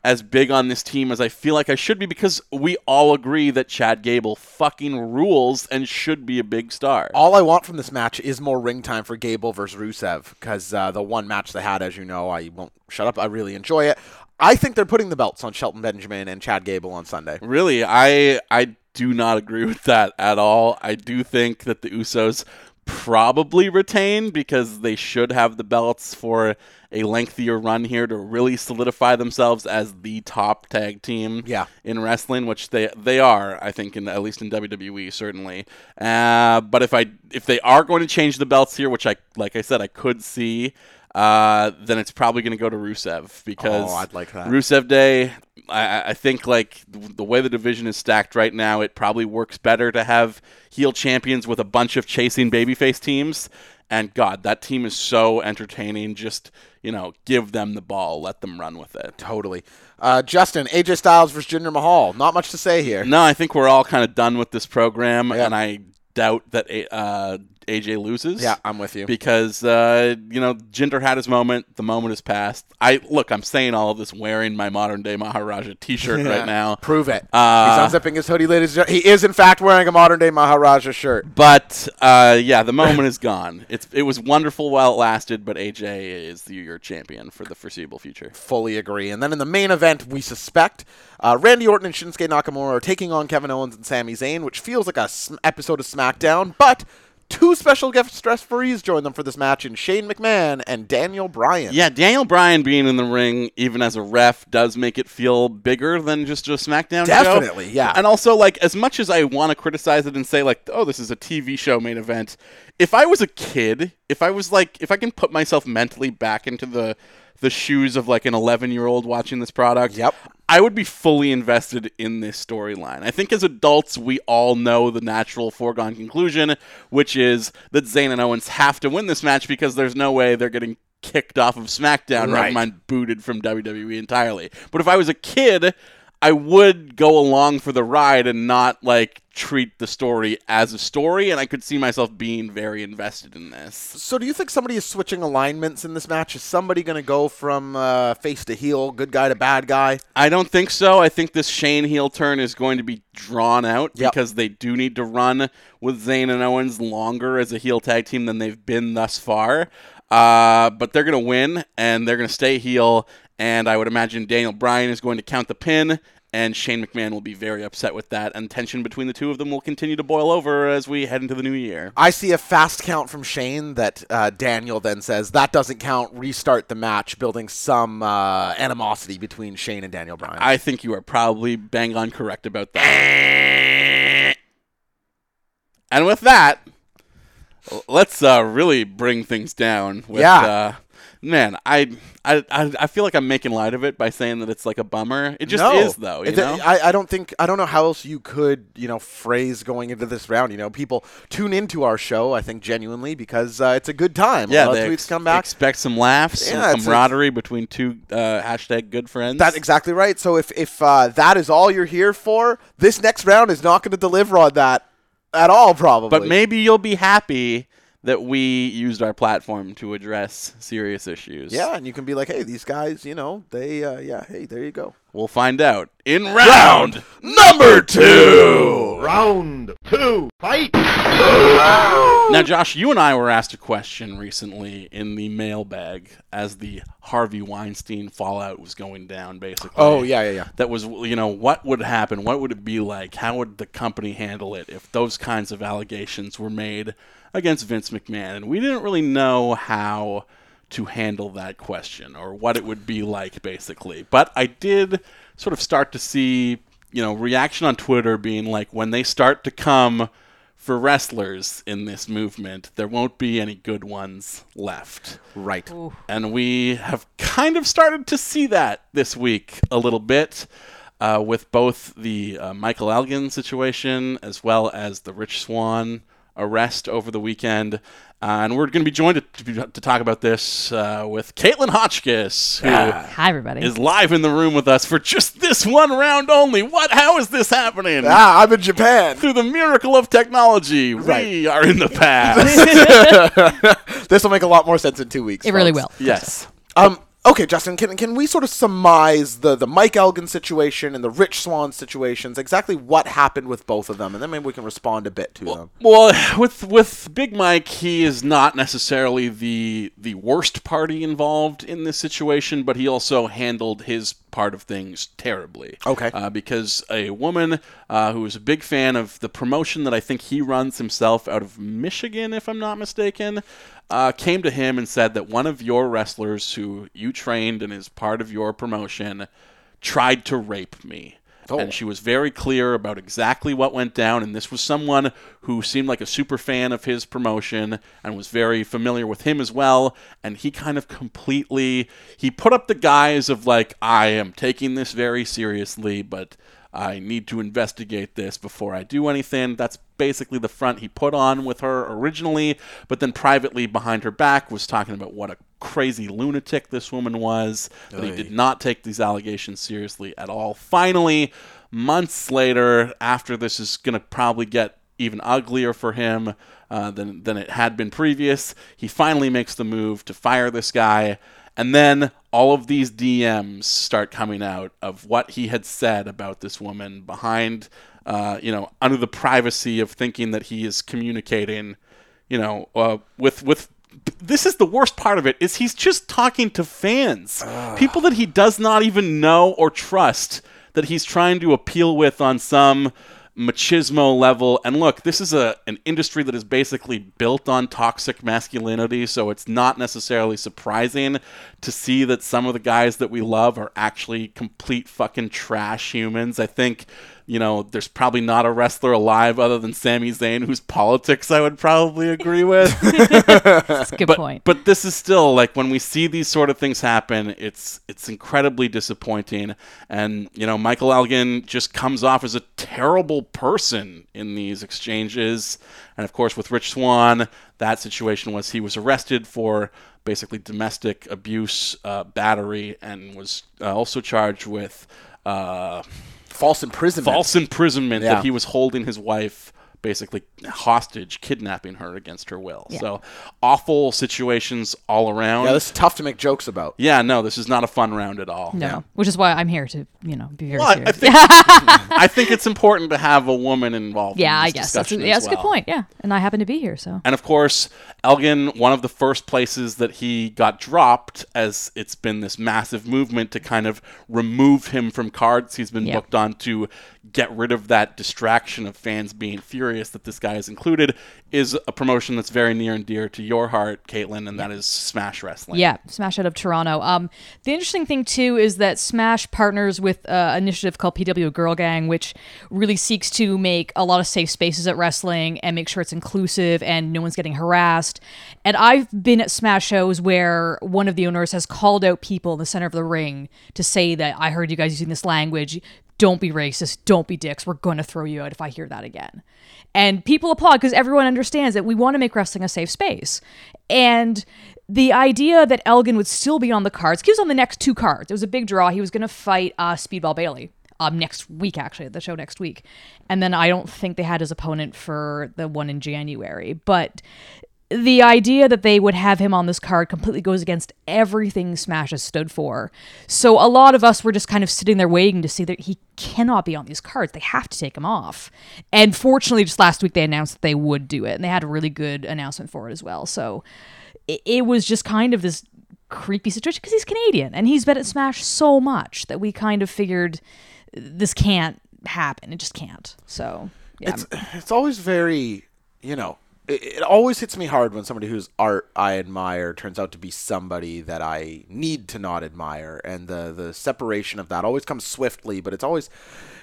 D: as big on this team as I feel like I should be because we all agree that Chad Gable fucking rules and should be a big star.
E: All I want from this match is more ring time for Gable versus Rusev because uh, the one match they had, as you know, I won't shut up. I really enjoy it. I think they're putting the belts on Shelton Benjamin and Chad Gable on Sunday.
D: Really, I I do not agree with that at all. I do think that the Usos probably retain because they should have the belts for a lengthier run here to really solidify themselves as the top tag team
E: Yeah.
D: in wrestling, which they they are, I think, in at least in WWE certainly. Uh, but if I if they are going to change the belts here, which I like I said I could see, uh, then it's probably going to go to Rusev because
E: Oh, I'd like that.
D: Rusev Day. I, I- I think like th- the way the division is stacked right now, it probably works better to have heel champions with a bunch of chasing babyface teams. And God, that team is so entertaining. Just you know, give them the ball, let them run with it.
E: Totally. Uh, Justin, AJ Styles versus Jinder Mahal. Not much to say here.
D: No, I think we're all kind of done with this program,
E: Yeah.
D: and I doubt that A- uh, AJ loses.
E: Yeah, I'm with you.
D: because uh, you know Jinder had his moment. The moment is past. I look. I'm saying all of this wearing my modern day Maharaja T-shirt right now.
E: Prove it.
D: Uh,
E: He's unzipping his hoodie, ladies and gen- He is, in fact, wearing a modern day Maharaja shirt.
D: But uh, yeah, the moment is gone. It's it was wonderful while it lasted, but AJ is the, your champion for the foreseeable future.
E: Fully agree. And then in the main event, we suspect uh, Randy Orton and Shinsuke Nakamura are taking on Kevin Owens and Sami Zayn, which feels like a sm- episode of SmackDown. But two special guest referees join them for this match in Shane McMahon and Daniel Bryan.
D: Yeah, Daniel Bryan being in the ring, even as a ref, does make it feel bigger than just a SmackDown show.
E: Definitely, yeah.
D: And also, like, as much as I want to criticize it and say, like, oh, this is a TV show main event, if I was a kid, if I was like, if I can put myself mentally back into the the shoes of like an 11 year old watching this product.
E: Yep.
D: I would be fully invested in this storyline. I think as adults, we all know the natural foregone conclusion, which is that Zayn and Owens have to win this match because there's no way they're getting kicked off of SmackDown, never
E: Right.
D: mind booted from WWE entirely. But if I was a kid, I would go along for the ride and not like treat the story as a story, and I could see myself being very invested in this.
E: So, do you think somebody is switching alignments in this match? Is somebody going to go from uh, face to heel, good guy to bad guy?
D: I don't think so. I think this Shane heel turn is going to be drawn out
E: Yep.
D: because they do need to run with Zayn and Owens longer as a heel tag team than they've been thus far. Uh, but they're going to win and they're going to stay heel. And I would imagine Daniel Bryan is going to count the pin, and Shane McMahon will be very upset with that. And tension between the two of them will continue to boil over as we head into the new year.
E: I see a fast count from Shane that uh, Daniel then says that doesn't count. Restart the match, building some uh, animosity between Shane and Daniel Bryan.
D: I think you are probably bang on correct about that. And with that, l- let's uh, really bring things down. With,
E: Yeah.
D: Uh, man, I, I I I feel like I'm making light of it by saying that it's like a bummer. It just
E: No.
D: is, though. You
E: It-
D: know.
E: I, I don't think I don't know how else you could you know phrase going into this round. You know, people tune into our show. I think genuinely because uh, it's a good time.
D: yeah,
E: a lot of
D: they
E: tweets
D: ex-
E: come back.
D: expect some laughs,
E: Yeah,
D: some
E: it's-
D: camaraderie between two uh, hashtag good friends.
E: That's exactly right. So if if uh, that is all you're here for, this next round is not going to deliver on that at all, probably.
D: But maybe you'll be happy that we used our platform to address serious issues.
E: yeah, and you can be like, hey, these guys, you know, they uh, yeah, hey, there you go.
D: We'll find out in round number two.
F: Round two. Fight.
D: Now, Josh, you and I were asked a question recently in the mailbag as the Harvey Weinstein fallout was going down, basically.
E: Oh, yeah, yeah.
D: That was, you know, what would happen? What would it be like? How would the company handle it if those kinds of allegations were made against Vince McMahon? And we didn't really know how to handle that question or what it would be like, basically. But I did sort of start to see, you know, reaction on Twitter being like, when they start to come for wrestlers in this movement, there won't be any good ones left.
E: Right.
D: And we have kind of started to see that this week a little bit uh, with both the uh, Michael Elgin situation as well as the Rich Swan arrest over the weekend. Uh, and we're going to be joined to, to, to talk about this uh, with Caitlin Hotchkiss, who is
G: Hi, everybody.
D: live in the room with us for just this one round only. What? How is this happening?
E: Ah, I'm in Japan.
D: Through the miracle of technology, we are in the past.
E: This will make a lot more sense in two weeks.
G: it really
E: folks.
G: will.
D: yes.
E: Um, okay, Justin, can, can we sort of surmise the, the Mike Elgin situation and the Rich Swan situations, exactly what happened with both of them, and then maybe we can respond a bit to them.
D: Well, with with Big Mike, he is not necessarily the the worst party involved in this situation, but he also handled his part of things terribly.
E: Okay.
D: Uh, because a woman uh, who is a big fan of the promotion that I think he runs himself out of Michigan, if I'm not mistaken, uh, came to him and said that one of your wrestlers who you trained and is part of your promotion tried to rape me. And she was very clear about exactly what went down. And this was someone who seemed like a super fan of his promotion and was very familiar with him as well. And he kind of completely he put up the guise of like, I am taking this very seriously, but I need to investigate this before I do anything. That's basically the front he put on with her originally, but then privately behind her back was talking about what a crazy lunatic this woman was, that he did not take these allegations seriously at all. Finally, months later, after this is going to probably get even uglier for him uh, than, than it had been previous, he finally makes the move to fire this guy. And then all of these DMs start coming out of what he had said about this woman behind, uh, you know, under the privacy of thinking that he is communicating, you know, uh, with with. This is the worst part of it is he's just talking to fans, people that he does not even know or trust that he's trying to appeal with on some machismo level. And look, this is a an industry that is basically built on toxic masculinity, so it's not necessarily surprising to see that some of the guys that we love are actually complete fucking trash humans. I think you know, there's probably not a wrestler alive other than Sami Zayn whose politics I would probably agree with.
G: That's a good
D: but,
G: point.
D: But this is still like when we see these sort of things happen, it's it's incredibly disappointing. And you know, Michael Elgin just comes off as a terrible person in these exchanges. And of course, with Rich Swan, that situation was he was arrested for basically domestic abuse, uh, battery, and was uh, also charged with. Uh,
E: False imprisonment.
D: false imprisonment
E: Yeah.
D: that he was holding his wife basically hostage, kidnapping her against her will.
G: Yeah.
D: So awful situations all around.
E: Yeah, this is tough to make jokes about.
D: Yeah, no, this is not a fun round at all.
G: no, which is why I'm here to you know be very
D: Well, I, I
G: serious.
D: think, I think it's important to have a woman involved.
G: yeah,
D: in
G: I
D: this
G: guess that's, a,
D: discussion
G: yeah,
D: as
G: that's a good
D: well.
G: point. Yeah, and I happen to be here, so
D: And of course, Elgin, one of the first places that he got dropped, as it's been this massive movement to kind of remove him from cards he's been
G: Yeah.
D: booked on to get rid of that distraction of fans being furious that this guy is included, is a promotion that's very near and dear to your heart, Caitlin, and that is Smash Wrestling.
G: yeah, Smash out of Toronto. Um, the interesting thing too is that Smash partners with uh, initiative called PW Girl Gang, which really seeks to make a lot of safe spaces at wrestling and make sure it's inclusive and no one's getting harassed. And I've been at Smash shows where one of the owners has called out people in the center of the ring to say that I heard you guys using this language. Don't be racist. Don't be dicks. We're going to throw you out if I hear that again. And people applaud because everyone understands that we want to make wrestling a safe space. And the idea that Elgin would still be on the cards, he was on the next two cards. It was a big draw. He was going to fight uh, Speedball Bailey um, next week, actually, at the show next week. And then I don't think they had his opponent for the one in January. But the idea that they would have him on this card completely goes against everything Smash has stood for. So a lot of us were just kind of sitting there waiting to see that he cannot be on these cards. They have to take him off. And fortunately, just last week they announced that they would do it, and they had a really good announcement for it as well. So it, it was just kind of this creepy situation because he's Canadian and he's been at Smash so much that we kind of figured this can't happen. It just can't. So yeah,
E: it's it's always very you know it, it always hits me hard when somebody whose art I admire turns out to be somebody that I need to not admire, and the the separation of that always comes swiftly, but it's always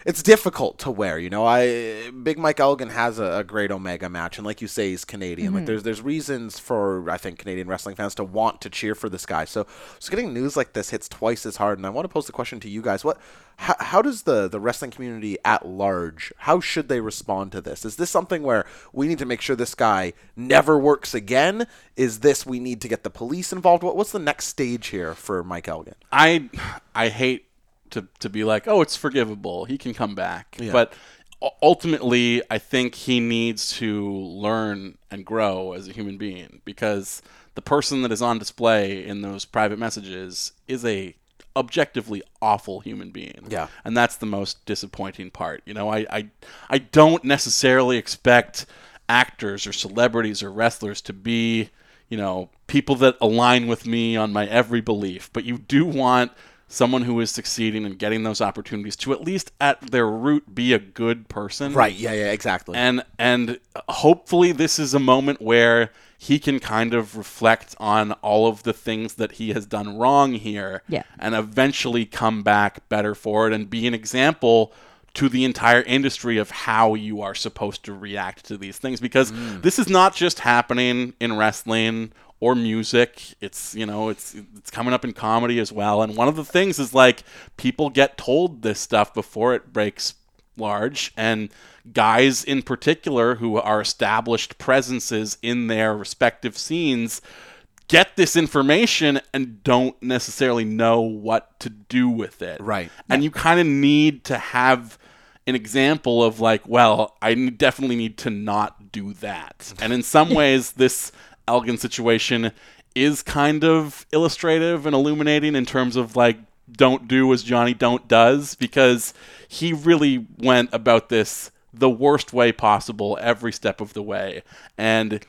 E: it's difficult to wear. You know, I Big Mike Elgin has a, a great Omega match, and like you say, he's Canadian. Like there's there's reasons for I think Canadian wrestling fans to want to cheer for this guy. So so getting news like this hits twice as hard, and I want to pose the question to you guys: What how, how does the, the wrestling community at large how should they respond to this is this something where we need to make sure this guy never works again is this we need to get the police involved what, what's the next stage here for mike elgin
D: I I hate to to be like, oh, it's forgivable. He can come back, but u- ultimately, I think he needs to learn and grow as a human being because the person that is on display in those private messages is a objectively awful human being.
E: Yeah.
D: And that's the most disappointing part. You know, I I, I don't necessarily expect actors or celebrities or wrestlers to be you know, people that align with me on my every belief, but you do want someone who is succeeding and getting those opportunities to at least at their root be a good person.
E: right yeah yeah exactly
D: And and hopefully this is a moment where he can kind of reflect on all of the things that he has done wrong here
G: Yeah.
D: and eventually come back better for it and be an example to the entire industry of how you are supposed to react to these things because this is not just happening in wrestling or music it's you know it's it's coming up in comedy as well and one of the things is like people get told this stuff before it breaks large and guys in particular who are established presences in their respective scenes get this information and don't necessarily know what to do with it.
E: Right.
D: And you kind of need to have an example of like, well, I n- definitely need to not do that. And in some ways, this Elgin situation is kind of illustrative and illuminating in terms of like, don't do as Johnny Don't does because he really went about this the worst way possible every step of the way. And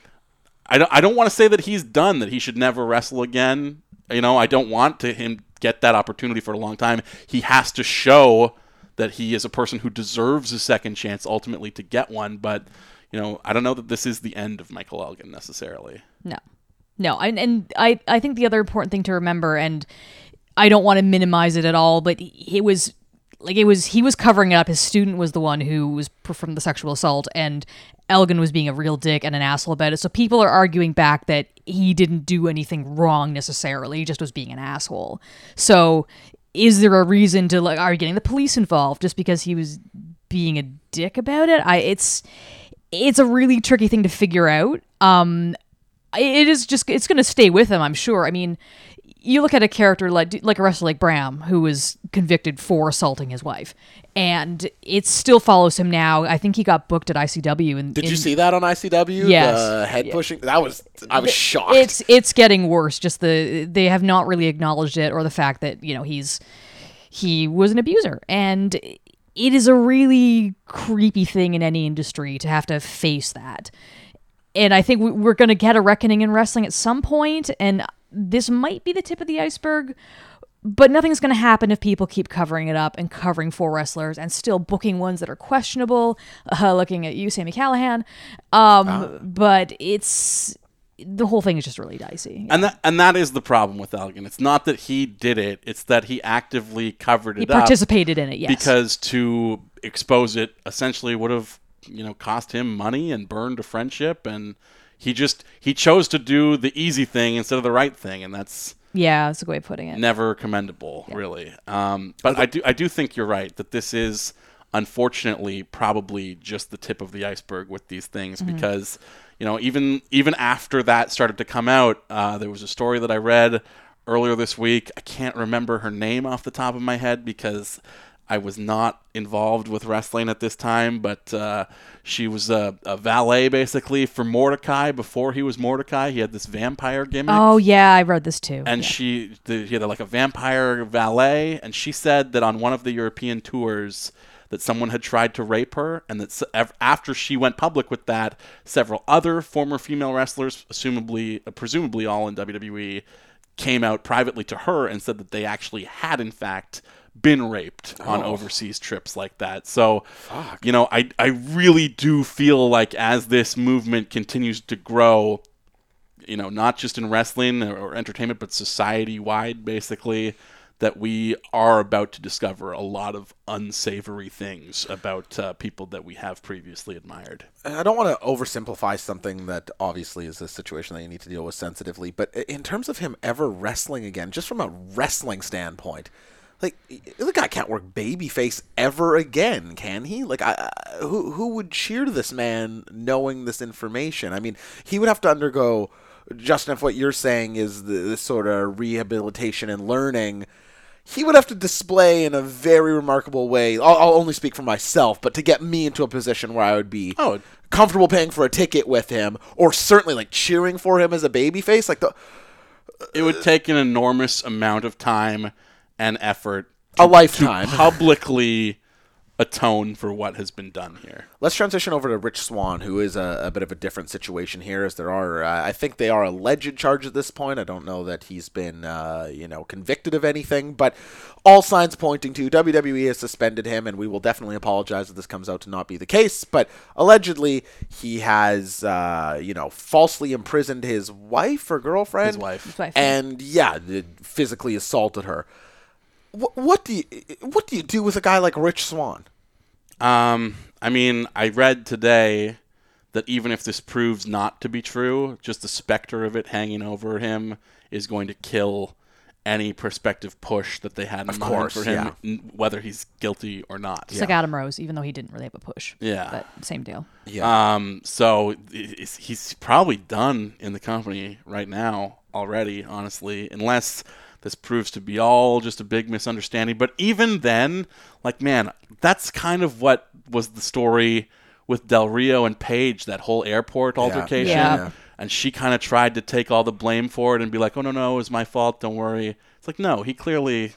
D: I don't, I don't want to say that he's done, that he should never wrestle again. You know, I don't want to him get that opportunity for a long time. He has to show that he is a person who deserves a second chance ultimately to get one. But, you know, I don't know that this is the end of Michael Elgin necessarily.
G: No, no, and and I I think the other important thing to remember, and I don't want to minimize it at all, but it was like it was he was covering it up. His student was the one who was performed the sexual assault, and Elgin was being a real dick and an asshole about it. So people are arguing back that he didn't do anything wrong necessarily; he just was being an asshole. So is there a reason to like are you getting the police involved just because he was being a dick about it? I it's it's a really tricky thing to figure out. Um, it is just it's going to stay with him i'm sure i mean you look at a character like like a wrestler like bram who was convicted for assaulting his wife and it still follows him now i think he got booked at icw and
E: Did
G: in-
E: you see that on ICW?
G: Yes.
E: The head pushing. That was I was shocked.
G: it's it's getting worse just the they have not really acknowledged it or the fact that you know he's he was an abuser and it is a really creepy thing in any industry to have to face that and I think we- we're going to get a reckoning in wrestling at some point, and this might be the tip of the iceberg. But nothing's going to happen if people keep covering it up and covering for wrestlers and still booking ones that are questionable. Uh, looking at you, Sammy Callahan. Um, But it's the whole thing is just really dicey.
D: And that and that is the problem with Elgin. It's not that he did it; it's that he actively covered it
G: He
D: up.
G: participated in it, yes.
D: because to expose it essentially would have you know cost him money and burned a friendship, and he just he chose to do the easy thing instead of the right thing, and that's
G: yeah, that's a good way of putting it.
D: never commendable, really. Um, but I do I do think you're right that this is unfortunately probably just the tip of the iceberg with these things because you know even even after that started to come out, uh, there was a story that I read earlier this week. I can't remember her name off the top of my head because. I was not involved with wrestling at this time, but uh, she was a, a valet basically for Mordecai. Before he was Mordecai, he had this vampire gimmick
G: Oh yeah, I read this too.
D: and she the, she had like a vampire valet and she said that on one of the european tours that someone had tried to rape her and that s- af- after she went public with that several other former female wrestlers assumably presumably all in wwe came out privately to her and said that they actually had in fact been raped on overseas trips like that. So, you know, I I really do feel like as this movement continues to grow, you know, not just in wrestling or, or entertainment, but society wide, basically, that we are about to discover a lot of unsavory things about uh, people that we have previously admired.
E: I don't want to oversimplify something that obviously is a situation that you need to deal with sensitively, but i- in terms of him ever wrestling again, just from a wrestling standpoint, like i- the guy can't work babyface ever again, can he? Like, I, I- who who would cheer this man knowing this information? I mean, he would have to undergo Justin. If what you're saying is the, this sort of rehabilitation and learning he would have to display in a very remarkable way. I'll, I'll only speak for myself, but to get me into a position where I would be
D: Oh.
E: comfortable paying for a ticket with him, or certainly like cheering for him as a babyface, like the
D: It would take an enormous amount of time and effort
E: a
D: to
E: lifetime.
D: publicly atone for what has been done here.
E: Let's transition over to Rich Swan, who is a, a bit of a different situation here, as there are, uh, I think they are alleged charges at this point. I don't know that he's been, uh, you know, convicted of anything, but all signs pointing to WWE has suspended him, and we will definitely apologize if this comes out to not be the case. But allegedly, he has, uh, you know, falsely imprisoned his wife or girlfriend, his
D: wife.
G: His wife, yeah.
E: and yeah, th- physically assaulted her. Wh- What do you what do you do with a guy like Rich Swan?
D: Um, I mean, I read today that even if this proves not to be true, just the specter of it hanging over him is going to kill any prospective push that they had in mind
E: course,
D: for him,
E: yeah.
D: n- whether he's guilty or not.
G: It's like Adam Rose, even though he didn't really have a push.
D: Yeah.
G: but same deal.
D: Um, so i- is- he's probably done in the company right now already, honestly, unless this proves to be all just a big misunderstanding. But even then, like, man, that's kind of what was the story with Del Rio and Paige, that whole airport altercation.
G: Yeah. Yeah.
D: And she kind of tried to take all the blame for it and be like, oh, no, no, it was my fault. Don't worry. It's like, no, he clearly.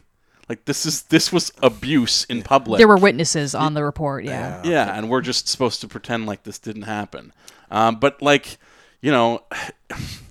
D: Like this is this was abuse in public.
G: There were witnesses on the report. yeah.
D: Yeah, and we're just supposed to pretend like this didn't happen. Um, but like, you know,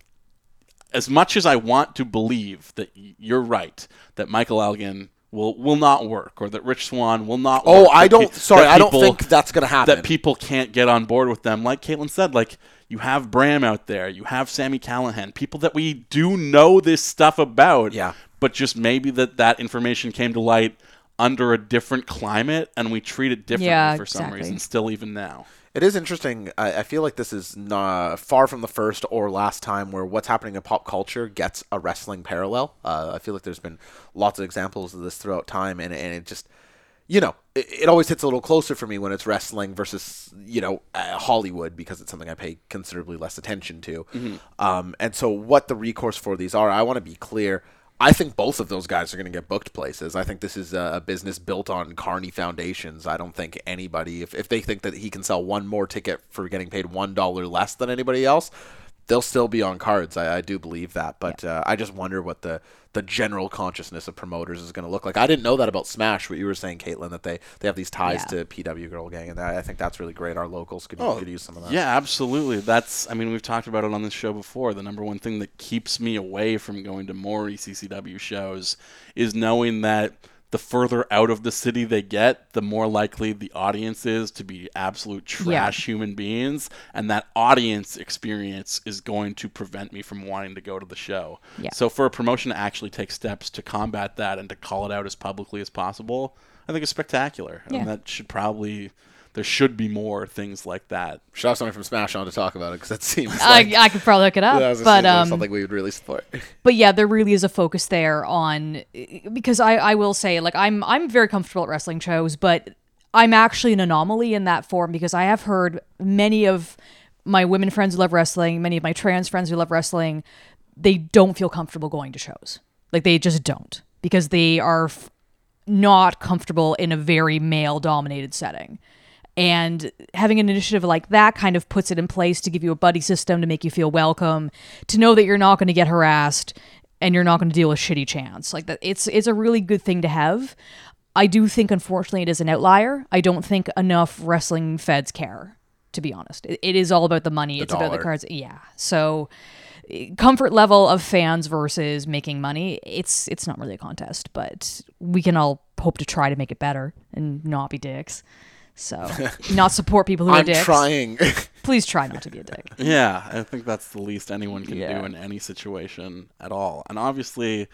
D: as much as I want to believe that y- you're right, that Michael Elgin will will not work, or that Rich Swan will not.
E: Oh,
D: work,
E: I
D: that
E: don't- sorry,
D: that
E: I don't think that's gonna happen.
D: That people can't get on board with them, like Caitlin said, like. You have Bram out there. You have Sammy Callahan. People that we do know this stuff about
E: Yeah.
D: but just maybe that that information came to light under a different climate and we treat it differently
G: Yeah,
D: for some
G: exactly.
D: reason, still even now.
E: It is interesting. I, I feel like this is na far from the first or last time where what's happening in pop culture gets a wrestling parallel. Uh, I feel like there's been lots of examples of this throughout time, and, and it just, you know, it, it always hits a little closer for me when it's wrestling versus, you know, uh, Hollywood because it's something I pay considerably less attention to.
D: Mm-hmm.
E: Um, and so, what the recourse for these are, I want to be clear. I think both of those guys are going to get booked places. I think this is a a business built on Carney foundations. I don't think anybody, if, if they think that he can sell one more ticket for getting paid $1 less than anybody else, they'll still be on cards. I, I do believe that. But uh, I just wonder what the, the general consciousness of promoters is going to look like. I didn't know that about Smash, what you were saying, Caitlin, that they, they have these ties
G: Yeah. Oh,
E: to PW Girl Gang. And I I think that's really great. Our locals could, could use some of that.
D: Yeah, absolutely. That's I mean, we've talked about it on this show before. The number one thing that keeps me away from going to more E ECCW shows is knowing that the further out of the city they get, the more likely the audience is to be absolute trash human beings, and that audience experience is going to prevent me from wanting to go to the show.
G: Yeah.
D: So for a promotion to actually take steps to combat that and to call it out as publicly as possible, I think is spectacular.
G: Yeah.
D: And that should probably there should be more things like that
E: Should have somebody from Smash on to talk about it because that seems like
G: I, I could probably look it up,
E: that was
G: Uh, but um,
E: something we would really support.
G: but yeah, there really is a focus there on because I I will say like I'm I'm very comfortable at wrestling shows, but I'm actually an anomaly in that form because I have heard many of my women friends who love wrestling, many of my trans friends who love wrestling, they don't feel comfortable going to shows. Like they just don't because they are f- not comfortable in a very male dominated setting. And having an initiative like that kind of puts it in place to give you a buddy system to make you feel welcome, to know that you're not going to get harassed and you're not going to deal with shitty chance. Like that it's it's a really good thing to have. I do think unfortunately it is an outlier. I don't think enough wrestling feds care, to be honest. It, it is all about the money, it's about the
E: dollar.
G: cards. Yeah. So comfort level of fans versus making money it's it's not really a contest but we can all hope to try to make it better and not be dicks so not support people who are
E: I'm
G: dicks
E: trying.
G: please try not to be a dick
D: Yeah, I think that's the least anyone can
G: Yeah.
D: do in any situation at all. And obviously,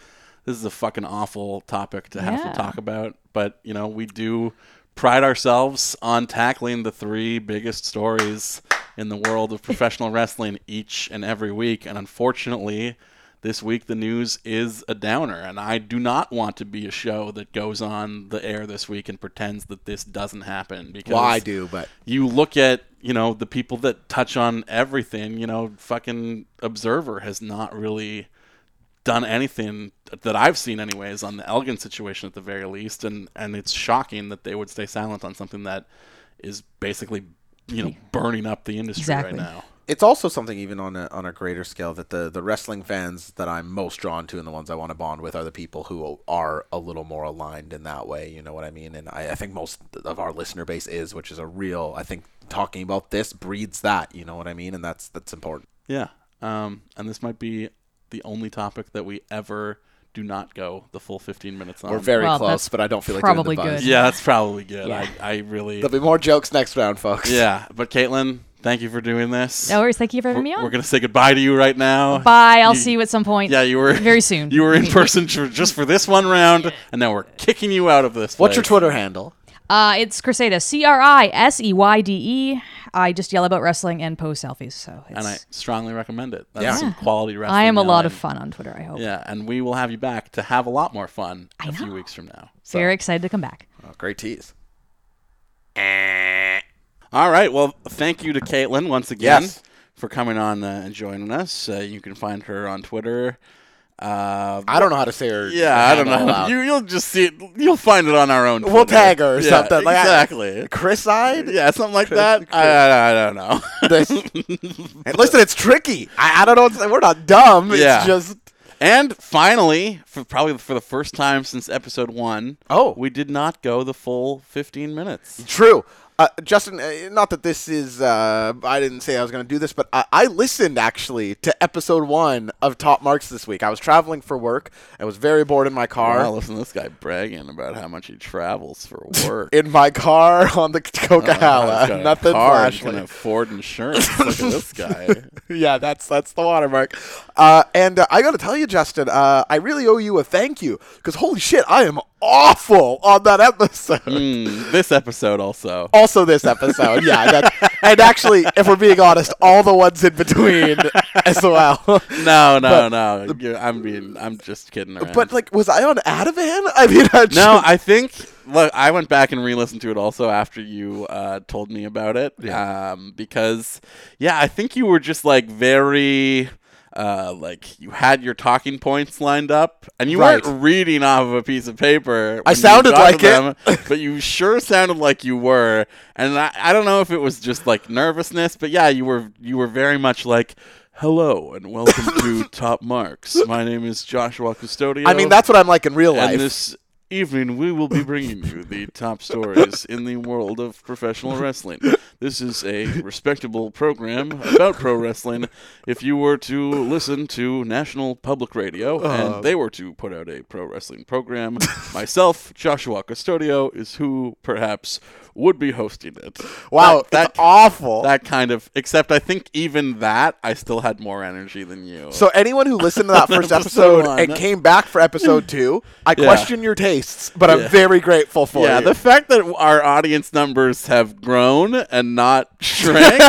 D: this is a fucking awful topic to have
G: Yeah.
D: to talk about, but you know, we do pride ourselves on tackling the three biggest stories in the world of professional wrestling each and every week. And unfortunately, this week the news is a downer, and I do not want to be a show that goes on the air this week and pretends that this doesn't happen because
E: well, I do, but
D: you look at you know the people that touch on everything you know fucking observer has not really done anything that i've seen anyways on the elgin situation at the very least and and it's shocking that they would stay silent on something that is basically you know burning up the industry
G: Exactly.
D: right now
E: it's also something even on a on a greater scale that the the wrestling fans that I'm most drawn to and the ones I want to bond with are the people who are a little more aligned in that way. You know what I mean? And I, I think most of our listener base is, which is a real. I think talking about this breeds that. You know what I mean? And that's that's important.
D: yeah um and this might be the only topic that we ever do not go the full 15 minutes on
E: We're very
G: Well, that's
E: close, but I don't feel like
G: probably
E: doing the buzz.
G: good.
D: yeah that's probably good
G: Yeah.
D: I, I really
E: There'll be more jokes next round, folks.
D: yeah but caitlin thank you for doing this
G: no worries thank you for having
D: we're,
G: me on
D: we're gonna say goodbye to you right now.
G: bye i'll see you at some point
D: Yeah, you were
G: very soon
D: You were in person for, just for this one round, and now we're kicking you out of this.
E: What's your
D: place.
E: Twitter handle?
G: uh it's crusader E c-r-i-s-e-y-d-e i just yell about wrestling and post selfies so it's
D: And I strongly recommend it. That's
E: Yeah.
D: some quality wrestling.
G: I am a lot
D: now,
G: of
D: and-
G: fun on twitter i hope
D: Yeah, and we will have you back to have a lot more fun a few
G: know.
D: weeks from now. So-
G: very excited to come back
E: Oh, great tease.
D: All right. Well, thank you to Caitlin once again
E: Yes.
D: for coming on uh, and joining us. Uh, you can find her on Twitter. Uh,
E: I don't know how to say her. her
D: yeah, I don't
E: handle out
D: know. You,
E: loud.
D: you'll just see it. You'll find it on our own.
E: we'll
D: Twitter.
E: tag her or
D: Yeah,
E: something. Like, I-
D: Exactly.
E: Chris eyed.
D: Yeah, something like that. I, I don't know.
E: this. And listen, it's tricky. I, I don't know. It's, we're not dumb.
D: Yeah.
E: It's just
D: and finally, for probably for the first time since episode one,
E: Oh.
D: we did not go the full fifteen minutes.
E: true. Uh, Justin, uh, not that this is. Uh, I didn't say I was going to do this, but I, I listened actually to episode one of Top Marks this week. I was traveling for work. I was very bored in my car.
D: Wow, listen, to this guy bragging about how much he travels for work. Oh,
E: in my car on the
D: Wow,
E: Coquihalla.
D: he's got a
E: uh, Nothing
D: car and
E: flashing.
D: Can afford insurance. Look at this guy.
E: yeah, that's that's the watermark. Uh, and uh, I got to tell you, Justin, uh, I really owe you a thank you because holy shit, I am awful on that episode.
D: Mm, this episode also.
E: Also, this episode, yeah, that, and actually, if we're being honest, all the ones in between as well.
D: No, no, no. You're- I'm being. I'm just kidding around.
E: But like, was I on Ativan? I mean, I just,
D: no, I think. Look, I went back and re-listened to it also after you uh, told me about it. Um, because, yeah, I think you were just like very. Uh, like you had your talking points lined up, and you
E: Right.
D: weren't reading off of a piece of paper. when you
E: sounded
D: got to
E: like it.
D: them, but you sure sounded like you were. And I, I don't know if it was just like nervousness, but yeah, you were you were very much like, "Hello and welcome to Top Marks. My name is Joshua Custodio."
E: I mean, that's what I'm like in real life.
D: And this evening, we will be bringing you the top stories in the world of professional wrestling. This is a respectable program about pro wrestling. If you were to listen to National Public Radio
E: Uh.
D: and they were to put out a pro wrestling program, myself, Joshua Custodio, is who perhaps would be hosting it.
E: wow,
D: that
E: that's awful.
D: that kind of. Except, I think even that, I still had more energy than you.
E: so anyone who listened to that first episode
D: one.
E: and came back for episode two, I
D: Yeah.
E: question your tastes, but I'm very grateful for
D: yeah,
E: you.
D: the fact that our audience numbers have grown and not shrank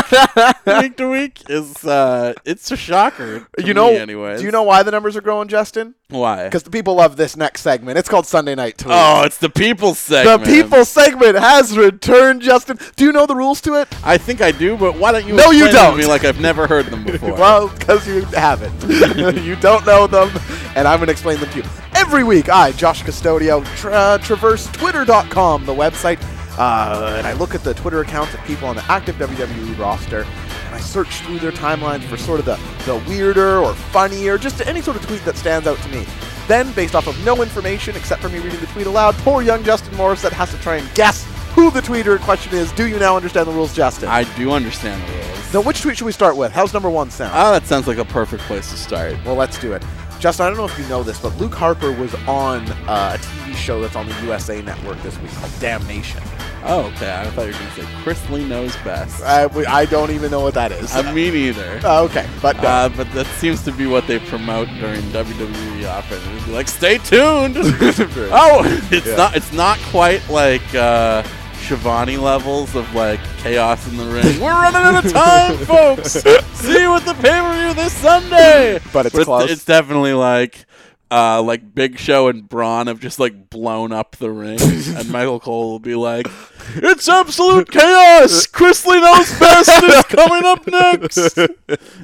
D: week to week is uh it's a shocker. to
E: you know,
D: me anyways.
E: do you know why the numbers are growing, Justin?
D: why?
E: Because the people love this next segment. It's called Sunday Night Tweet.
D: oh, it's the people
E: the
D: segment.
E: people segment has returned, Justin. Do you know the rules to it?
D: I think I do, but why don't you?
E: No, you
D: explain them to
E: don't.
D: Me like I've never heard them before.
E: Well, because you haven't. you don't know them, and I'm going to explain them to you. Every week, I, Josh Custodio, tra- traverse twitter.com, the website, uh, and I look at the Twitter accounts of people on the active WWE roster, and I search through their timelines for sort of the, the weirder or funnier, just any sort of tweet that stands out to me. Then, based off of no information except for me reading the tweet aloud, poor young Justin Morris that has to try and guess who the tweeter in question is. Do you now understand the rules, Justin?
D: I do understand the rules.
E: now, which tweet should we start with? How's number one sound?
D: Oh, that sounds like a perfect place to start.
E: Well, let's do it. Justin, I don't know if you know this, but Luke Harper was on uh, a TV show that's on the USA Network this week called Damnation.
D: Oh, okay. I thought you were going to say Chris Lee knows best.
E: I, we- I don't even know what that is.
D: I mean, either.
E: Uh, okay, but no.
D: Uh, but that seems to be what they promote during WWE often. It'd be like, "Stay tuned." oh, it's not. It's not quite like uh, Shivani levels of like chaos in the ring. We're running out of time, folks. See you at the pay per view this Sunday.
E: But it's close.
D: It's definitely like. Uh, like Big Show and Braun have just like blown up the ring, and Michael Cole will be like, "It's absolute chaos. Chris Lee knows best is coming up next."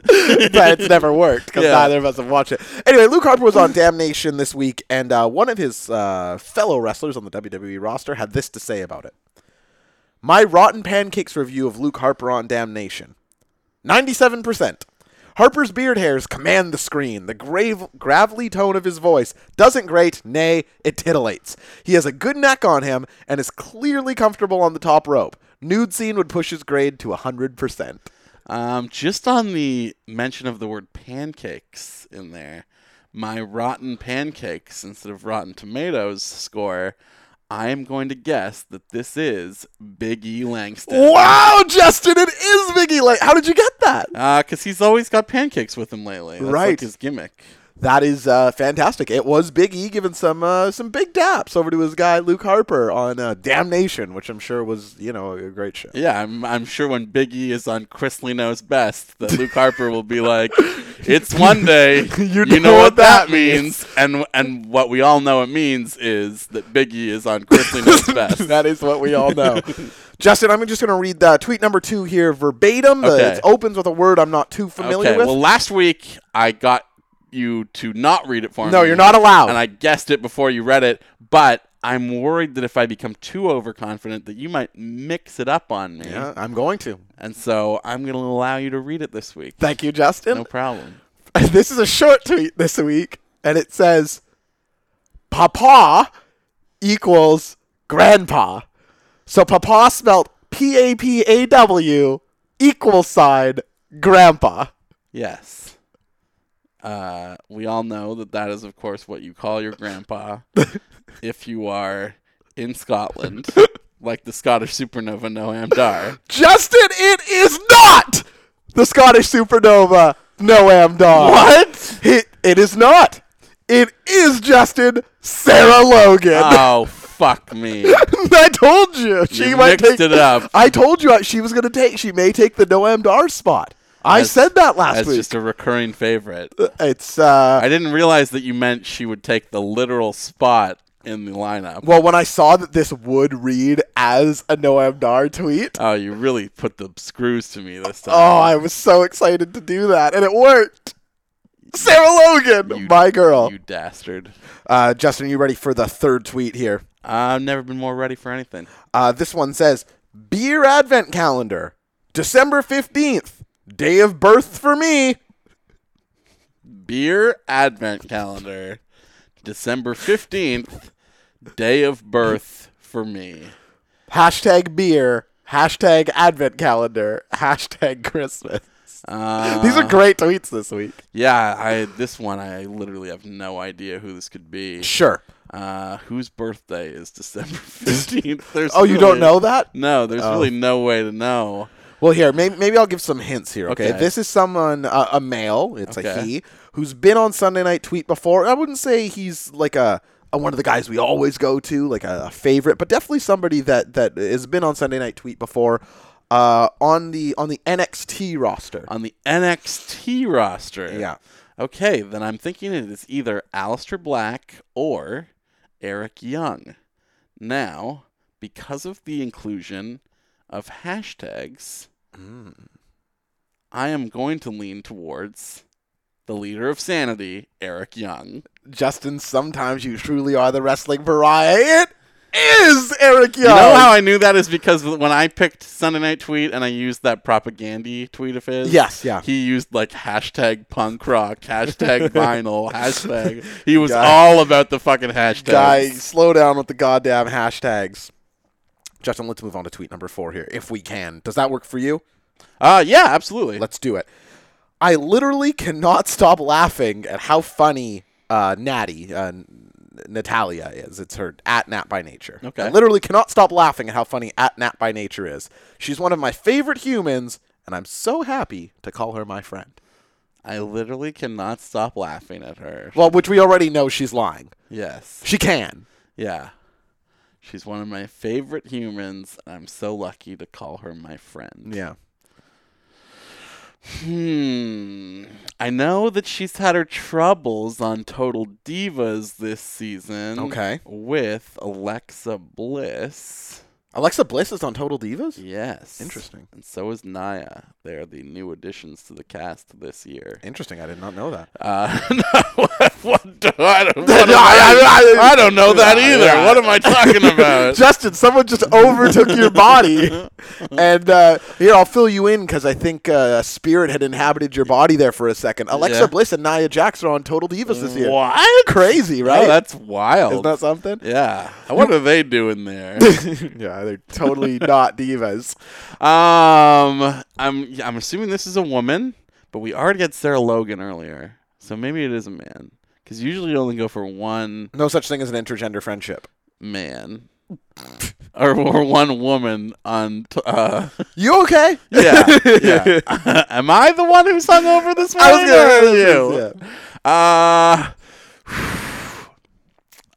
E: but it's never worked because
D: Yeah.
E: neither of us have watched it. Anyway, Luke Harper was on Damnation this week, and uh, one of his uh, fellow wrestlers on the WWE roster had this to say about it. My Rotten Pancakes review of Luke Harper on Damnation 97%. Harper's beard hairs command the screen. The grave, gravelly tone of his voice doesn't grate, nay, it titillates. He has a good neck on him and is clearly comfortable on the top rope. Nude scene would push his grade to 100%.
D: Um, just on the mention of the word pancakes in there, my rotten pancakes instead of rotten tomatoes score, I am going to guess that this is Big E Langston.
E: Wow, Justin, it is Biggie Lane. How did you get that?
D: Because Uh, he's always got pancakes with him lately. That's
E: Right.
D: Like his gimmick.
E: That is uh, fantastic. It was Big E giving some uh, some big daps over to his guy Luke Harper on uh, Damnation, which I'm sure was you know a great show.
D: Yeah, I'm, I'm sure when Big E is on Chris Lee Knows Best, that Luke Harper will be like, "It's one day, you, know, what that means," and and what we all know it means is that Big E is on Chris Lee Knows Best.
E: that is what we all know. Justin, I'm just going to read uh, tweet number two here verbatim. The-
D: Okay.
E: It opens with a word I'm not too familiar
D: Okay.
E: with.
D: Well, last week I got you to not read it for me.
E: No, you're not allowed.
D: And I guessed it before you read it, but I'm worried that if I become too overconfident, that you might mix it up on me.
E: Yeah, I'm going to.
D: And so I'm going to allow you to read it this week.
E: Thank you, Justin.
D: No problem.
E: this is a short tweet this week, and it says, "Papa equals grandpa." So Papa spelled P A P A W equal sign grandpa.
D: Yes. Uh, we all know that that is, of course, what you call your grandpa if you are in Scotland, like the Scottish supernova Noam Dar.
E: Justin, it is not the Scottish supernova Noam Dar.
D: What?
E: It, it is not. It is Justin Sarah Logan.
D: Oh, fuck me.
E: I told you she
D: You
E: might
D: mixed
E: take
D: it up.
E: I told you I- she was going to take. She may take the Noam Dar spot. I
D: That's-
E: said that last
D: That's
E: week.
D: just a recurring favorite.
E: it's uh,
D: I didn't realize that you meant she would take the literal spot in the lineup.
E: well when I saw that this would read as a Noam Dar tweet.
D: Oh, you really put the screws to me this time.
E: Oh, I was so excited to do that, and it worked. Sarah Logan,
D: You-
E: my girl.
D: You dastard.
E: Uh, Justin, you ready for the third tweet here?
D: I've never been more ready for anything.
E: Uh, this one says Beer Advent Calendar, December 15th, day of birth for me.
D: Beer Advent Calendar, December 15th, day of birth for me.
E: Hashtag beer, hashtag advent calendar, hashtag Christmas.
D: Uh,
E: These are great tweets this week.
D: yeah, I this one I literally have no idea who this could be.
E: Sure.
D: Uh, whose birthday is December 15th? There's
E: Oh, you don't
D: really-
E: know that?
D: No, there's
E: Oh.
D: really no way to know.
E: Well, here, maybe, maybe I'll give some hints here, okay?
D: Okay.
E: This is someone, uh, a male, it's a
D: Okay.
E: he, who's been on Sunday Night Tweet before. I wouldn't say he's like a, a one of the guys we always go to, like a, a favorite, but definitely somebody that, that has been on Sunday Night Tweet before uh, on the on the NXT roster.
D: On the NXT roster.
E: Yeah.
D: Okay, then I'm thinking it is either Aleister Black or Eric Young. Now, because of the inclusion of hashtags,
E: Hmm.
D: I am going to lean towards the leader of sanity, Eric Young.
E: Justin, sometimes you truly are the wrestling pariah. It is Eric Young.
D: You know how I knew that is because when I picked Sunday Night Tweet and I used that propaganda tweet of his.
E: Yes, yeah.
D: He used like hashtag punk rock, hashtag vinyl, hashtag. He was
E: Guy-
D: all about the fucking hashtags.
E: Guy, slow down with the goddamn hashtags. Justin, let's move on to tweet number four here, if we can. Does that work for you?
D: Uh, yeah, absolutely.
E: Let's do it. I literally cannot stop laughing at how funny uh, Natty, uh, N- Natalia is. It's her at Nat by Nature.
D: Okay.
E: I literally cannot stop laughing at how funny at Nat by Nature is. She's one of my favorite humans, and I'm so happy to call her my friend.
D: I literally cannot stop laughing at her.
E: Well, which we already know she's lying.
D: yes.
E: She can.
D: Yeah. She's one of my favorite humans, and I'm so lucky to call her my friend.
E: Yeah.
D: Hmm. I know that she's had her troubles on Total Divas this season.
E: Okay.
D: With Alexa Bliss.
E: Alexa Bliss is on Total Divas?
D: Yes.
E: Interesting.
D: And so is Naya. They're the new additions to the cast this year.
E: Interesting. I did not know that.
D: Uh, what do- I, don't, what am I, I don't know that either. What am I talking about?
E: Justin, someone just overtook your body. And uh, here, I'll fill you in because I think uh, a spirit had inhabited your body there for a second. Alexa
D: Yeah.
E: Bliss and Nia Jax are on Total Divas this year.
D: What?
E: Crazy, right?
D: Oh, that's wild.
E: Isn't that something?
D: yeah. What are they doing there?
E: yeah, they're totally not divas.
D: Um, I'm I'm assuming this is a woman, but we already had Sarah Logan earlier, so maybe it is a man. Because usually you only go for one
E: No such thing as an intergender friendship.
D: man or, or one woman on. T- uh,
E: You okay?
D: yeah, yeah. Am I the one who's hung over this
E: I
D: morning?
E: was gonna
D: or you? Uh,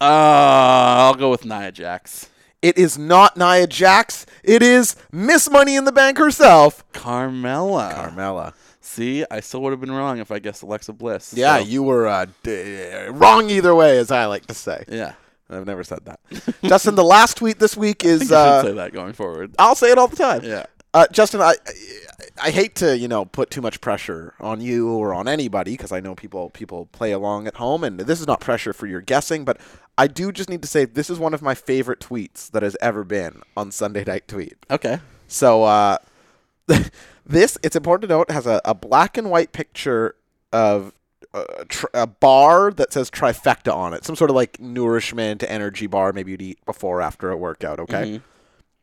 D: uh, I'll go with Nia Jax.
E: It is not Nia Jax. It is Miss Money in the Bank herself,
D: Carmella.
E: Carmella.
D: See, I still would have been wrong if I guessed Alexa Bliss.
E: Yeah,
D: so-
E: you were uh, d- wrong either way, as I like to say.
D: Yeah.
E: I've never said that. Justin, the last tweet this week is.
D: You should say
E: Uh,
D: that going forward.
E: I'll say it all the time.
D: Yeah.
E: Uh, Justin, I, I I hate to you know put too much pressure on you or on anybody because I know people people play along at home, and this is not pressure for your guessing, but I do just need to say this is one of my favorite tweets that has ever been on Sunday Night Tweet.
D: Okay.
E: So uh, this it's important to note has a, a black and white picture of a, tr- a bar that says trifecta on it, some sort of like nourishment energy bar. Maybe you'd eat before or after a workout. Okay.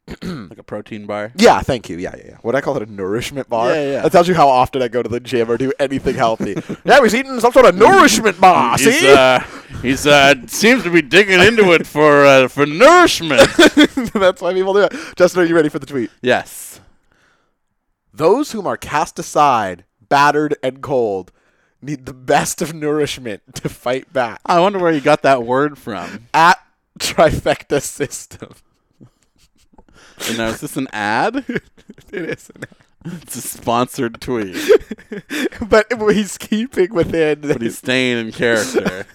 D: Mm-hmm. like a protein bar.
E: Yeah, thank you. Yeah, yeah, yeah. What I call it a nourishment bar.
D: Yeah, yeah.
E: That tells you how often I go to the gym or do anything healthy. yeah, he's eating some sort of nourishment bar.
D: He's
E: See,
D: uh, he's uh, seems to be digging into it for uh, for nourishment.
E: that's why people do it. Justin, are you ready for the tweet?
D: yes.
E: Those whom are cast aside, battered, and cold, need the best of nourishment to fight back
D: I wonder where you got that word from.
E: at Trifecta System.
D: And now, is this an ad?
E: It isn't.
D: It's a sponsored tweet,
E: But he's keeping within
D: but he's staying in character.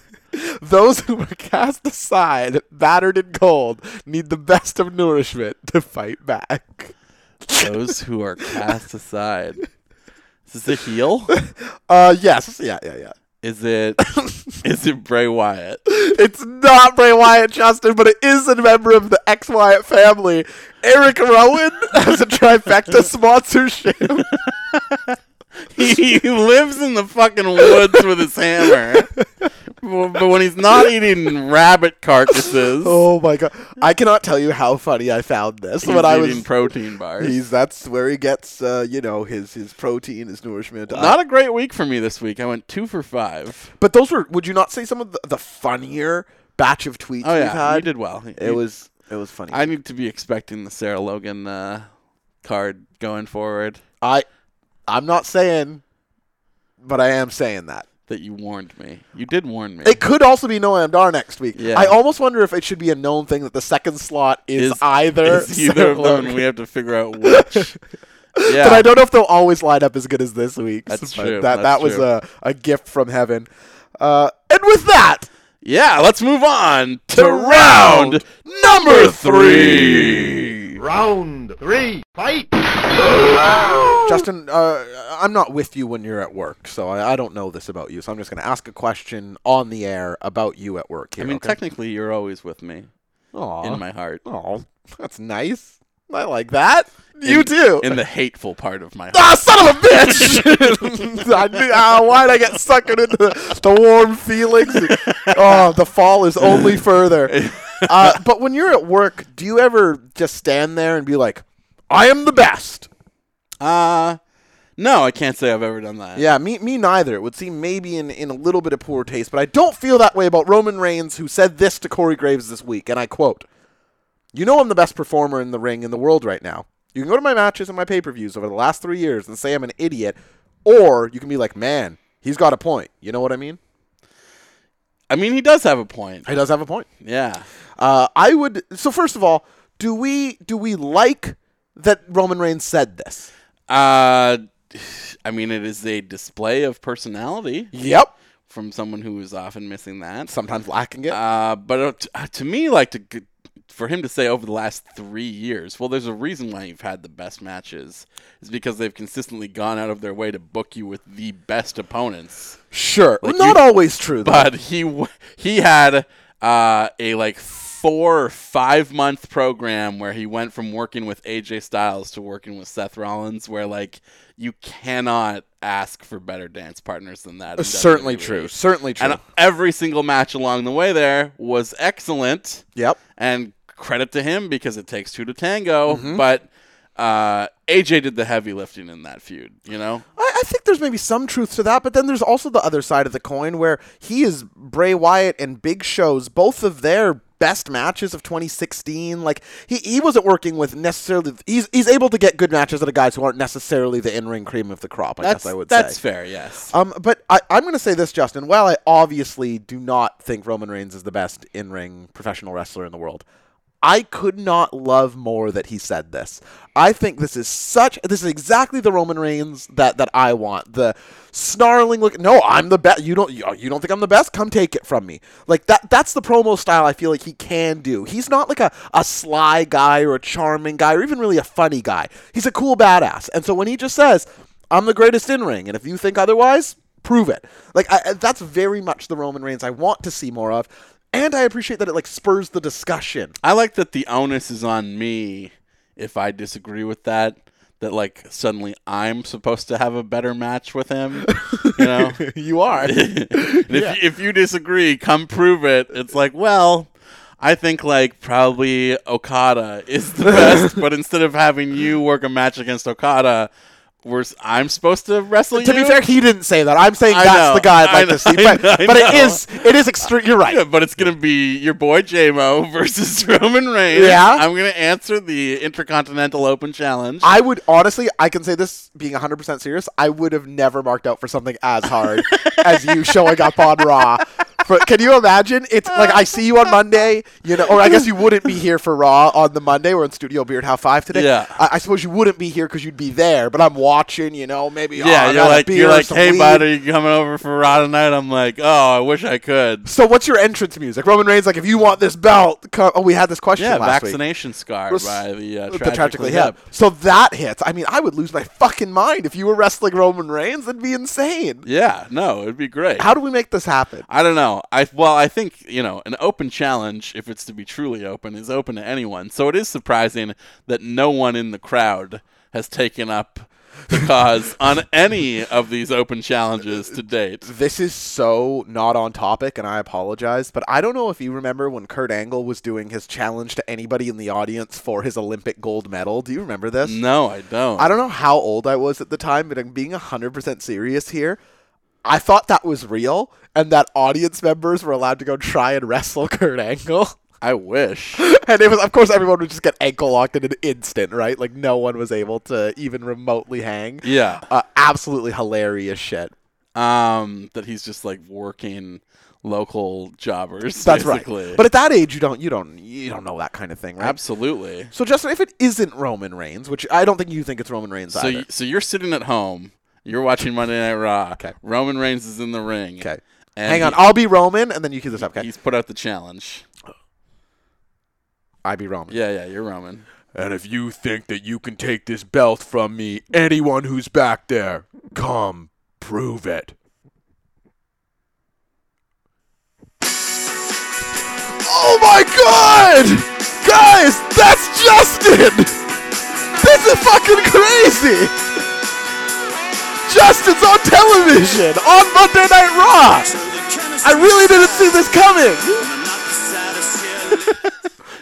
E: those who were cast aside, battered and cold, need the best of nourishment to fight back.
D: Those who are cast aside. Is this a heel?
E: Uh, yes, yeah, yeah, yeah.
D: Is it? Is it Bray Wyatt?
E: It's not Bray Wyatt, Justin, but it is a member of the X Wyatt family. Eric Rowan has a trifecta sponsorship.
D: He lives in the fucking woods with his hammer. Well, But when he's not eating rabbit carcasses,
E: Oh my god! I cannot tell you how funny I found this
D: he's
E: when I
D: eating
E: was.
D: protein bars.
E: He's that's where he gets, uh, you know, his his protein, his nourishment. I-
D: not a great week for me this week. I went two for five.
E: But those were, would you not say some of the, the funnier batch of tweets
D: Oh
E: we've
D: yeah, you
E: had?
D: did well.
E: It
D: You-
E: was it was funny.
D: I need to be expecting the Sarah Logan uh, card going forward.
E: I I'm not saying, but I am saying that.
D: That you warned me. You did warn me.
E: It could also be Noam Dar next week.
D: Yeah.
E: I almost wonder if it should be a known thing that the second slot is,
D: Is-
E: either.
D: It's either of them.
E: Sarah
D: and
E: Logan.
D: We have to figure out which. yeah.
E: But I don't know if they'll always line up as good as this week.
D: That's
E: But
D: true.
E: That that
D: That's
E: was
D: true.
E: a, a gift from heaven. Uh, and with that,
D: Yeah, let's move on to,
E: To
D: round,
E: round
D: number three.
F: Round three, fight!
D: Oh.
E: Justin, uh, I'm not with you when you're at work, so I, I don't know this about you. So I'm just going to ask a question on the air about you at work
D: I
E: here.
D: mean,
E: okay?
D: technically, you're always with me
E: Aw. Oh.
D: in my heart.
E: Aw, that's nice. I like that.
D: In-
E: You too.
D: In the hateful part of my heart.
E: ah, son of a bitch! I knew, ah, why'd I get suckered into the, the warm feelings? oh, the fall is only further. Uh, but when you're at work, do you ever just stand there and be like, I am the best?
D: Uh, no, I can't say I've ever done that.
E: Yeah, me, me neither. It would seem maybe in, in a little bit of poor taste, but I don't feel that way about Roman Reigns, who said this to Corey Graves this week, and I quote, You know I'm the best performer in the ring in the world right now. You can go to my matches and my pay per views over the last three years and say I'm an idiot, or you can be like, Man, he's got a point. You know what I mean?
D: I mean, he does have a point.
E: He does have a point.
D: Yeah.
E: Uh, I would. So first of all, do we do we like that Roman Reigns said this?
D: Uh, I mean, it is a display of personality
E: Yep.
D: from someone who is often missing that.
E: Sometimes lacking it.
D: Uh, but uh, t- uh, to me, like to g- for him to say over the last three years, well, there's a reason why you've had the best matches. Is because they've consistently gone out of their way to book you with the best opponents.
E: sure.
D: like
E: Not
D: you-
E: always true. Though.
D: But he w- he had uh, a like four or five month program where he went from working with AJ Styles to working with Seth Rollins, where like you cannot ask for better dance partners than that. in
E: certainly
D: WWE.
E: true. Certainly true.
D: E. And every single match along the way there was excellent.
E: Yep.
D: And credit to him because it takes two to tango.
E: Mm-hmm.
D: But uh, AJ did the heavy lifting in that feud, you know?
E: I, I think there's maybe some truth to that, but then there's also the other side of the coin where he is Bray Wyatt and Big Show's both of their best matches of 2016. Like he, he wasn't working with necessarily. He's he's able to get good matches out of guys who aren't necessarily the in ring cream of the crop. I
D: That's,
E: guess I would
D: that's
E: say.
D: fair, yes.
E: Um, but I, I'm going to say this, Justin. While I obviously do not think Roman Reigns is the best in ring professional wrestler in the world, I could not love more that he said this. I think this is such. This is exactly the Roman Reigns that, that I want. The snarling look. No, I'm the best. You don't. You you don't think I'm the best? Come take it from me. Like that. That's the promo style. I feel like he can do. He's not like a a sly guy or a charming guy or even really a funny guy. He's a cool badass. And so when he just says, I'm the greatest in ring, and if you think otherwise, prove it. Like I, I- that's very much the Roman Reigns I want to see more of, and I appreciate that it like spurs the discussion.
D: I like that the onus is on me if I disagree with that. That like suddenly I'm supposed to have a better match with him, you know.
E: you are.
D: And if, you, if you disagree, come prove it. It's like, well, I think like probably Okada is the best, but instead of having you work a match against Okada, we're s- I'm supposed to wrestle
E: To
D: you.
E: be fair, he didn't say that. I'm saying
D: I
E: that's
D: know,
E: the guy I'd
D: I
E: like
D: know,
E: to see.
D: I
E: But,
D: know, I
E: but it
D: know.
E: is it is extreme. You're right.
D: Yeah, but it's gonna be your boy JMO versus Roman Reigns.
E: Yeah?
D: I'm gonna answer the Intercontinental Open Challenge.
E: I would honestly, I can say this being 100% serious, I would have never marked out for something as hard as you showing up on Raw. For, can you imagine? It's like I see you on Monday, you know, or I guess you wouldn't be here for Raw on the Monday. We're in Studio Beard How Five today.
D: Yeah.
E: I, I suppose you wouldn't be here because you'd be there, but I'm watching, you know, maybe. oh, I
D: yeah, you're
E: got a
D: like
E: beer,
D: you're like,
E: some
D: hey
E: weed."
D: bud, are you coming over for Raw tonight? I'm like, oh, I wish I could.
E: So what's your entrance music? Roman Reigns, like, if you want this belt, come. Oh, we had this question
D: Yeah,
E: last week.
D: vaccination scarred
E: Res-
D: by the, uh,
E: the
D: tragically, hip.
E: hip. So that hits. I mean, I would lose my fucking mind if you were wrestling Roman Reigns. That'd be insane.
D: Yeah, no, it'd be great.
E: How do we make this happen?
D: I don't know. I well, I think you know an open challenge, if it's to be truly open, is open to anyone. So it is surprising that no one in the crowd has taken up the cause on any of these open challenges to date.
E: This is so not on topic, and I apologize, but I don't know if you remember when Kurt Angle was doing his challenge to anybody in the audience for his Olympic gold medal. Do you remember this?
D: No, I don't.
E: I don't know how old I was at the time, but I'm being 100% serious here. I thought that was real and that audience members were allowed to go try and wrestle Kurt Angle.
D: I wish.
E: And it was, of course, everyone would just get ankle locked in an instant, right? Like no one was able to even remotely hang.
D: Yeah.
E: Uh, absolutely hilarious shit.
D: Um, that he's just like working local jobbers.
E: That's
D: basically.
E: right. But at that age, you don't, you don't, you don't know that kind of thing, right?
D: absolutely.
E: So Justin, if it isn't Roman Reigns, which I don't think you think it's Roman Reigns
D: So,
E: either,
D: you, so you're sitting at home. You're watching Monday Night Raw.
E: Okay.
D: Roman Reigns is in the ring.
E: okay.
D: And
E: Hang on,
D: he-
E: I'll be Roman, and then you keep this up. Okay,
D: He's put out the challenge.
E: I be Roman.
D: Yeah, yeah, you're Roman.
E: And if you think that you can take this belt from me, anyone who's back there, come prove it. Oh my god! Guys, that's Justin! This is fucking crazy! Justin's on television on Monday Night Raw! I really didn't see this coming!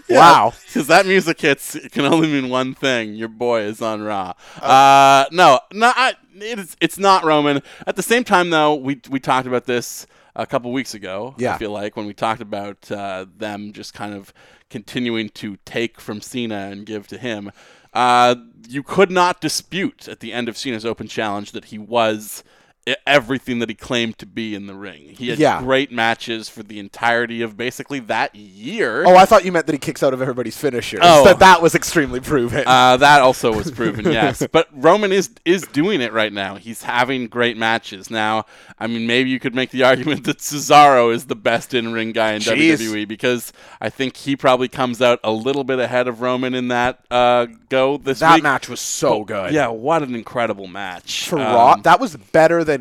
E: wow.
D: Because that music hits it can only mean one thing: your boy is on Raw.
E: Oh.
D: Uh, no, no, I, it's it's not Roman. At the same time, though, we we talked about this a couple weeks ago.
E: Yeah.
D: I feel like when we talked about uh, them just kind of continuing to take from Cena and give to him. Uh, you could not dispute at the end of Cena's Open Challenge that he was e- everything that he claimed to be in the ring. He had
E: Yeah.
D: great matches for the entirety of basically that year.
E: Oh, I thought you meant that he kicks out of everybody's finishers.
D: Oh.
E: That that was extremely proven.
D: Uh, that also was proven, yes. But Roman is is doing it right now. He's having great matches now. I mean, maybe you could make the argument that Cesaro is the best in ring guy in
E: Jeez.
D: WWE because I think he probably comes out a little bit ahead of Roman in that uh, go this
E: that
D: week.
E: match was so good.
D: Yeah, what an incredible match
E: For
D: Um,
E: Raw, that was better than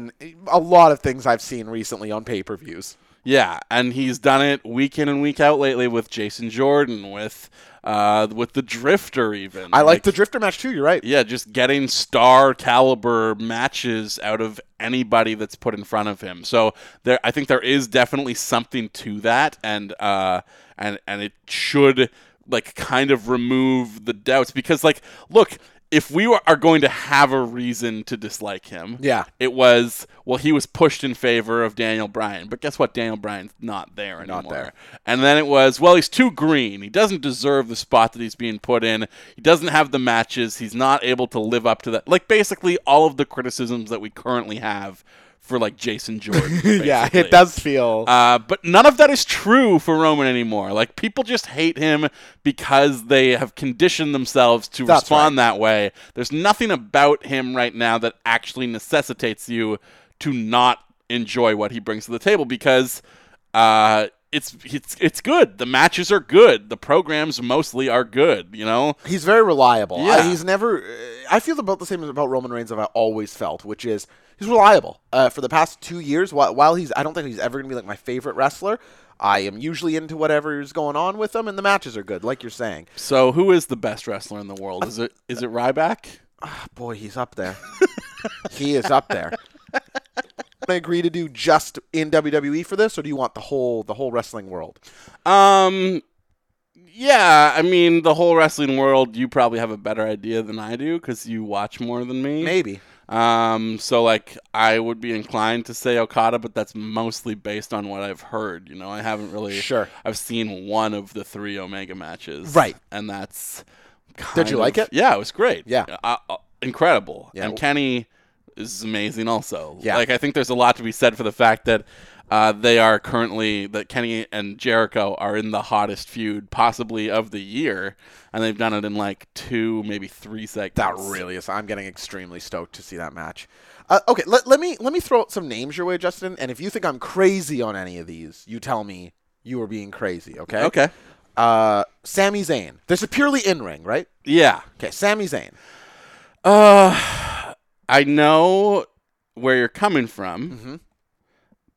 E: a lot of things I've seen recently on pay per views.
D: Yeah, and he's done it week in and week out lately with Jason Jordan, with uh, with the Drifter, even.
E: I like the Drifter match too, you're right.
D: yeah, just getting star caliber matches out of anybody that's put in front of him. So there, I think there is definitely something to that, and uh, and and it should like kind of remove the doubts because like, look, if we are going to have a reason to dislike him,
E: Yeah.
D: it was well he was pushed in favor of Daniel Bryan, but guess what? Daniel Bryan's not there anymore.
E: Not there.
D: And then it was well he's too green. He doesn't deserve the spot that he's being put in. He doesn't have the matches. He's not able to live up to that. Like basically all of the criticisms that we currently have for like Jason Jordan.
E: Yeah,
D: basically.
E: it does feel.
D: Uh, but none of that is true for Roman anymore. Like people just hate him because they have conditioned themselves to
E: That's
D: respond that way. There's nothing about him right now that actually necessitates you to not enjoy what he brings to the table because uh, it's it's it's good. The matches are good. The programs mostly are good. You know.
E: he's very reliable. I-
D: Yeah.
E: he's never. uh, I feel about the same as about Roman Reigns that I always felt, which is he's reliable. Uh, for the past two years, while, while he's, I don't think he's ever going to be like my favorite wrestler. I am usually into whatever is going on with him, and the matches are good, like you're saying.
D: So who is the best wrestler in the world? Is it is it Ryback?
E: Boy, he's up there. he is up there. I agree to do just in WWE for this, or do you want the whole the whole wrestling world?
D: Um, yeah, I mean, the whole wrestling world, you probably have a better idea than I do because you watch more than me.
E: Maybe.
D: Um, so like I would be inclined to say Okada, but that's mostly based on what I've heard. You know, I haven't really
E: Sure.
D: I've seen one of the three Omega matches,
E: Right.
D: And that's
E: Did
D: kind
E: you like
D: of-
E: it?
D: Yeah, it was great.
E: Yeah.
D: uh, uh, incredible.
E: Yeah.
D: And Kenny is amazing also.
E: Yeah.
D: like I think there's a lot to be said for the fact that. Uh, they are currently that Kenny and Jericho are in the hottest feud possibly of the year, and they've done it in like two, maybe three seconds.
E: That really is. I'm getting extremely stoked to see that match. Uh, okay, let, let me let me throw out some names your way, Justin. And if you think I'm crazy on any of these, you tell me you are being crazy. Okay.
D: Okay.
E: Uh, Sami Zayn. This is purely in ring, right?
D: yeah.
E: Okay. Sami Zayn.
D: Uh, I know where you're coming from,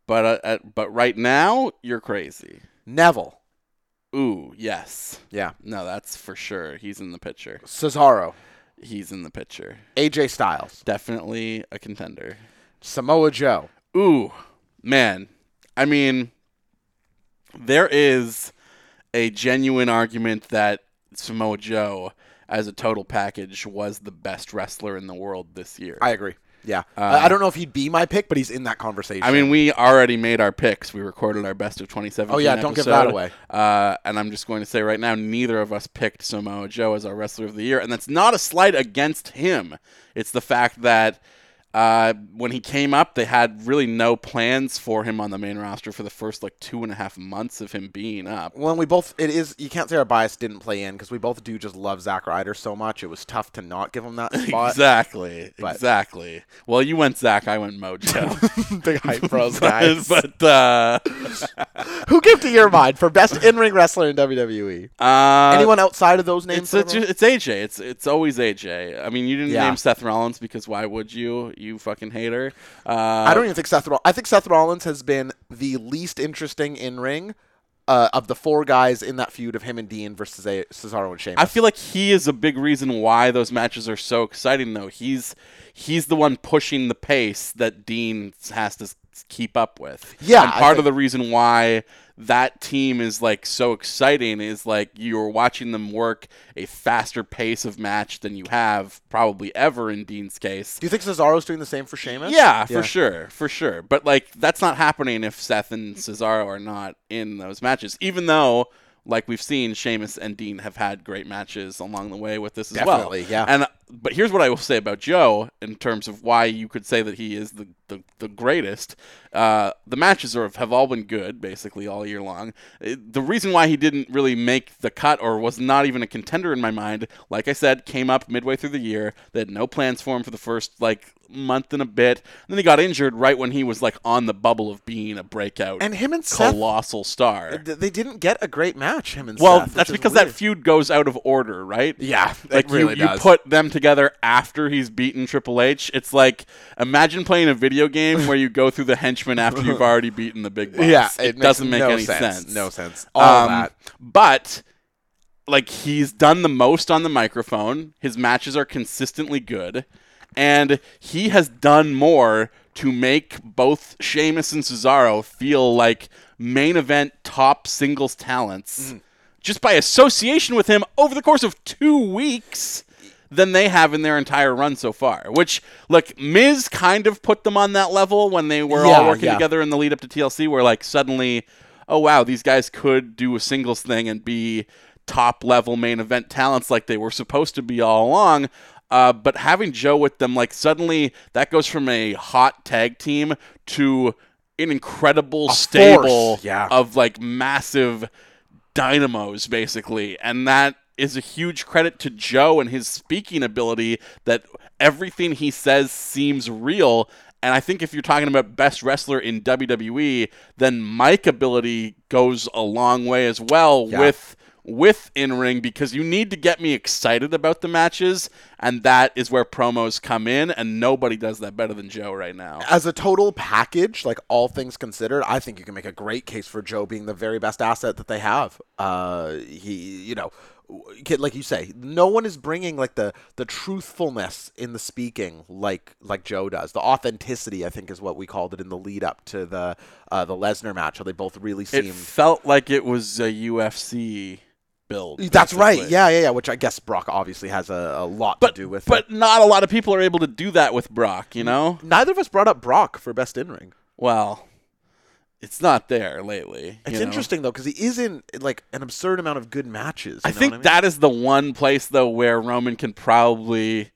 D: but uh, uh, but right now you're crazy.
E: Neville.
D: Ooh, yes,
E: Yeah.
D: no, that's for sure. He's in the picture.
E: Cesaro.
D: He's in the picture.
E: AJ Styles.
D: Definitely a contender.
E: Samoa Joe.
D: Ooh, man. I mean, there is a genuine argument that Samoa Joe, as a total package, was the best wrestler in the world this year.
E: I agree. Yeah. I, I don't know if he'd be my pick, but he's in that conversation.
D: Um, I mean, we already made our picks. We recorded our best of 2017.
E: Oh, yeah, don't give that
D: episode.
E: away.
D: Uh, and I'm just going to say right now, neither of us picked Samoa Joe as our wrestler of the year, and that's not a slight against him. It's the fact that uh, when he came up, they had really no plans for him on the main roster for the first like two and a half months of him being up.
E: when we both it is you can't say our bias didn't play in because we both do just love Zack Ryder so much. It was tough to not give him that spot.
D: Exactly.
E: but-
D: Exactly. Well, you went Zach. I went Mojo.
E: Big hype bros guys.
D: but uh,
E: Who came to your mind for best in ring wrestler in WWE?
D: uh,
E: Anyone outside of those names?
D: It's, it's, ju- it's AJ. It's it's always AJ. I mean, you didn't
E: Yeah.
D: name Seth Rollins because why would you? You fucking hater. Uh,
E: I don't even think Seth Rollins. I think Seth Rollins has been the least interesting in ring uh, of the four guys in that feud of him and Dean versus a- Cesaro and Sheamus.
D: I feel like he is a big reason why those matches are so exciting, though. He's he's the one pushing the pace that Dean has to s- keep up with.
E: Yeah,
D: and
E: I
D: part
E: think-
D: of the reason why that team is like so exciting is like you're watching them work a faster pace of match than you have probably ever in Dean's case.
E: do you think Cesaro's doing the same for Sheamus?
D: Yeah, for sure, for sure. But like that's not happening if Seth and Cesaro are not in those matches. Even though, like we've seen, Sheamus and Dean have had great matches along the way with this as
E: Definitely,
D: well.
E: yeah.
D: And but here's what I will say about Joe in terms of why you could say that he is the the, the greatest. Uh, the matches are, have all been good basically all year long. Uh, The reason why he didn't really make the cut or was not even a contender in my mind, like I said, came up midway through the year. They had no plans for him for the first like month and a bit. And then he got injured right when he was like on the bubble of being a breakout
E: And him and Seth,
D: colossal star.
E: th- they didn't get a great match. Him and
D: Well,
E: Seth,
D: that's
E: which is
D: because
E: weird.
D: that feud goes out of order, right?
E: Yeah, it
D: like
E: really
D: you,
E: does.
D: you put them together after he's beaten Triple H. It's like imagine playing a video game where you go through the henchmen after you've already beaten the big boss.
E: Yeah,
D: it,
E: it makes
D: doesn't make
E: no
D: any
E: sense.
D: sense.
E: No sense. All
D: Um,
E: that.
D: But like he's done the most on the microphone. His matches are consistently good, and he has done more to make both Sheamus and Cesaro feel like main event top singles talents
E: Mm.
D: just by association with him over the course of two weeks than they have in their entire run so far. Which look, Miz kind of put them on that level when they were all
E: Yeah,
D: working
E: yeah.
D: together in the lead up to TLC, where like suddenly, oh wow, these guys could do a singles thing and be top level main event talents like they were supposed to be all along. Uh, but having Joe with them, like suddenly that goes from a hot tag team to an incredible stable
E: yeah.
D: of like massive dynamos basically and that is a huge credit to joe and his speaking ability that everything he says seems real and i think if you're talking about best wrestler in wwe then mike ability goes a long way as well
E: Yeah.
D: with with in ring because you need to get me excited about the matches and that is where promos come in and nobody does that better than joe right now
E: as a total package, like all things considered, I think you can make a great case for Joe being the very best asset that they have. Uh, he, you know, w- kid, like you say, no one is bringing like the the truthfulness in the speaking like like Joe does. The authenticity, I think, is what we called it in the lead up to the uh, the Lesnar match. How they both really
D: it
E: seemed
D: felt like it was a ufc build.
E: That's right.
D: basically.
E: Yeah, yeah, yeah. Which I guess Brock obviously has a, a lot
D: But
E: to do with.
D: but
E: it. Mm.
D: not a lot of people are able to do that with Brock, you know?
E: neither of us brought up Brock for best in ring.
D: Well, it's not there lately.
E: It's
D: you know?
E: interesting though because he is in like an absurd amount of good matches.
D: I
E: you know
D: think
E: what I mean?
D: that is the one place though where Roman can probably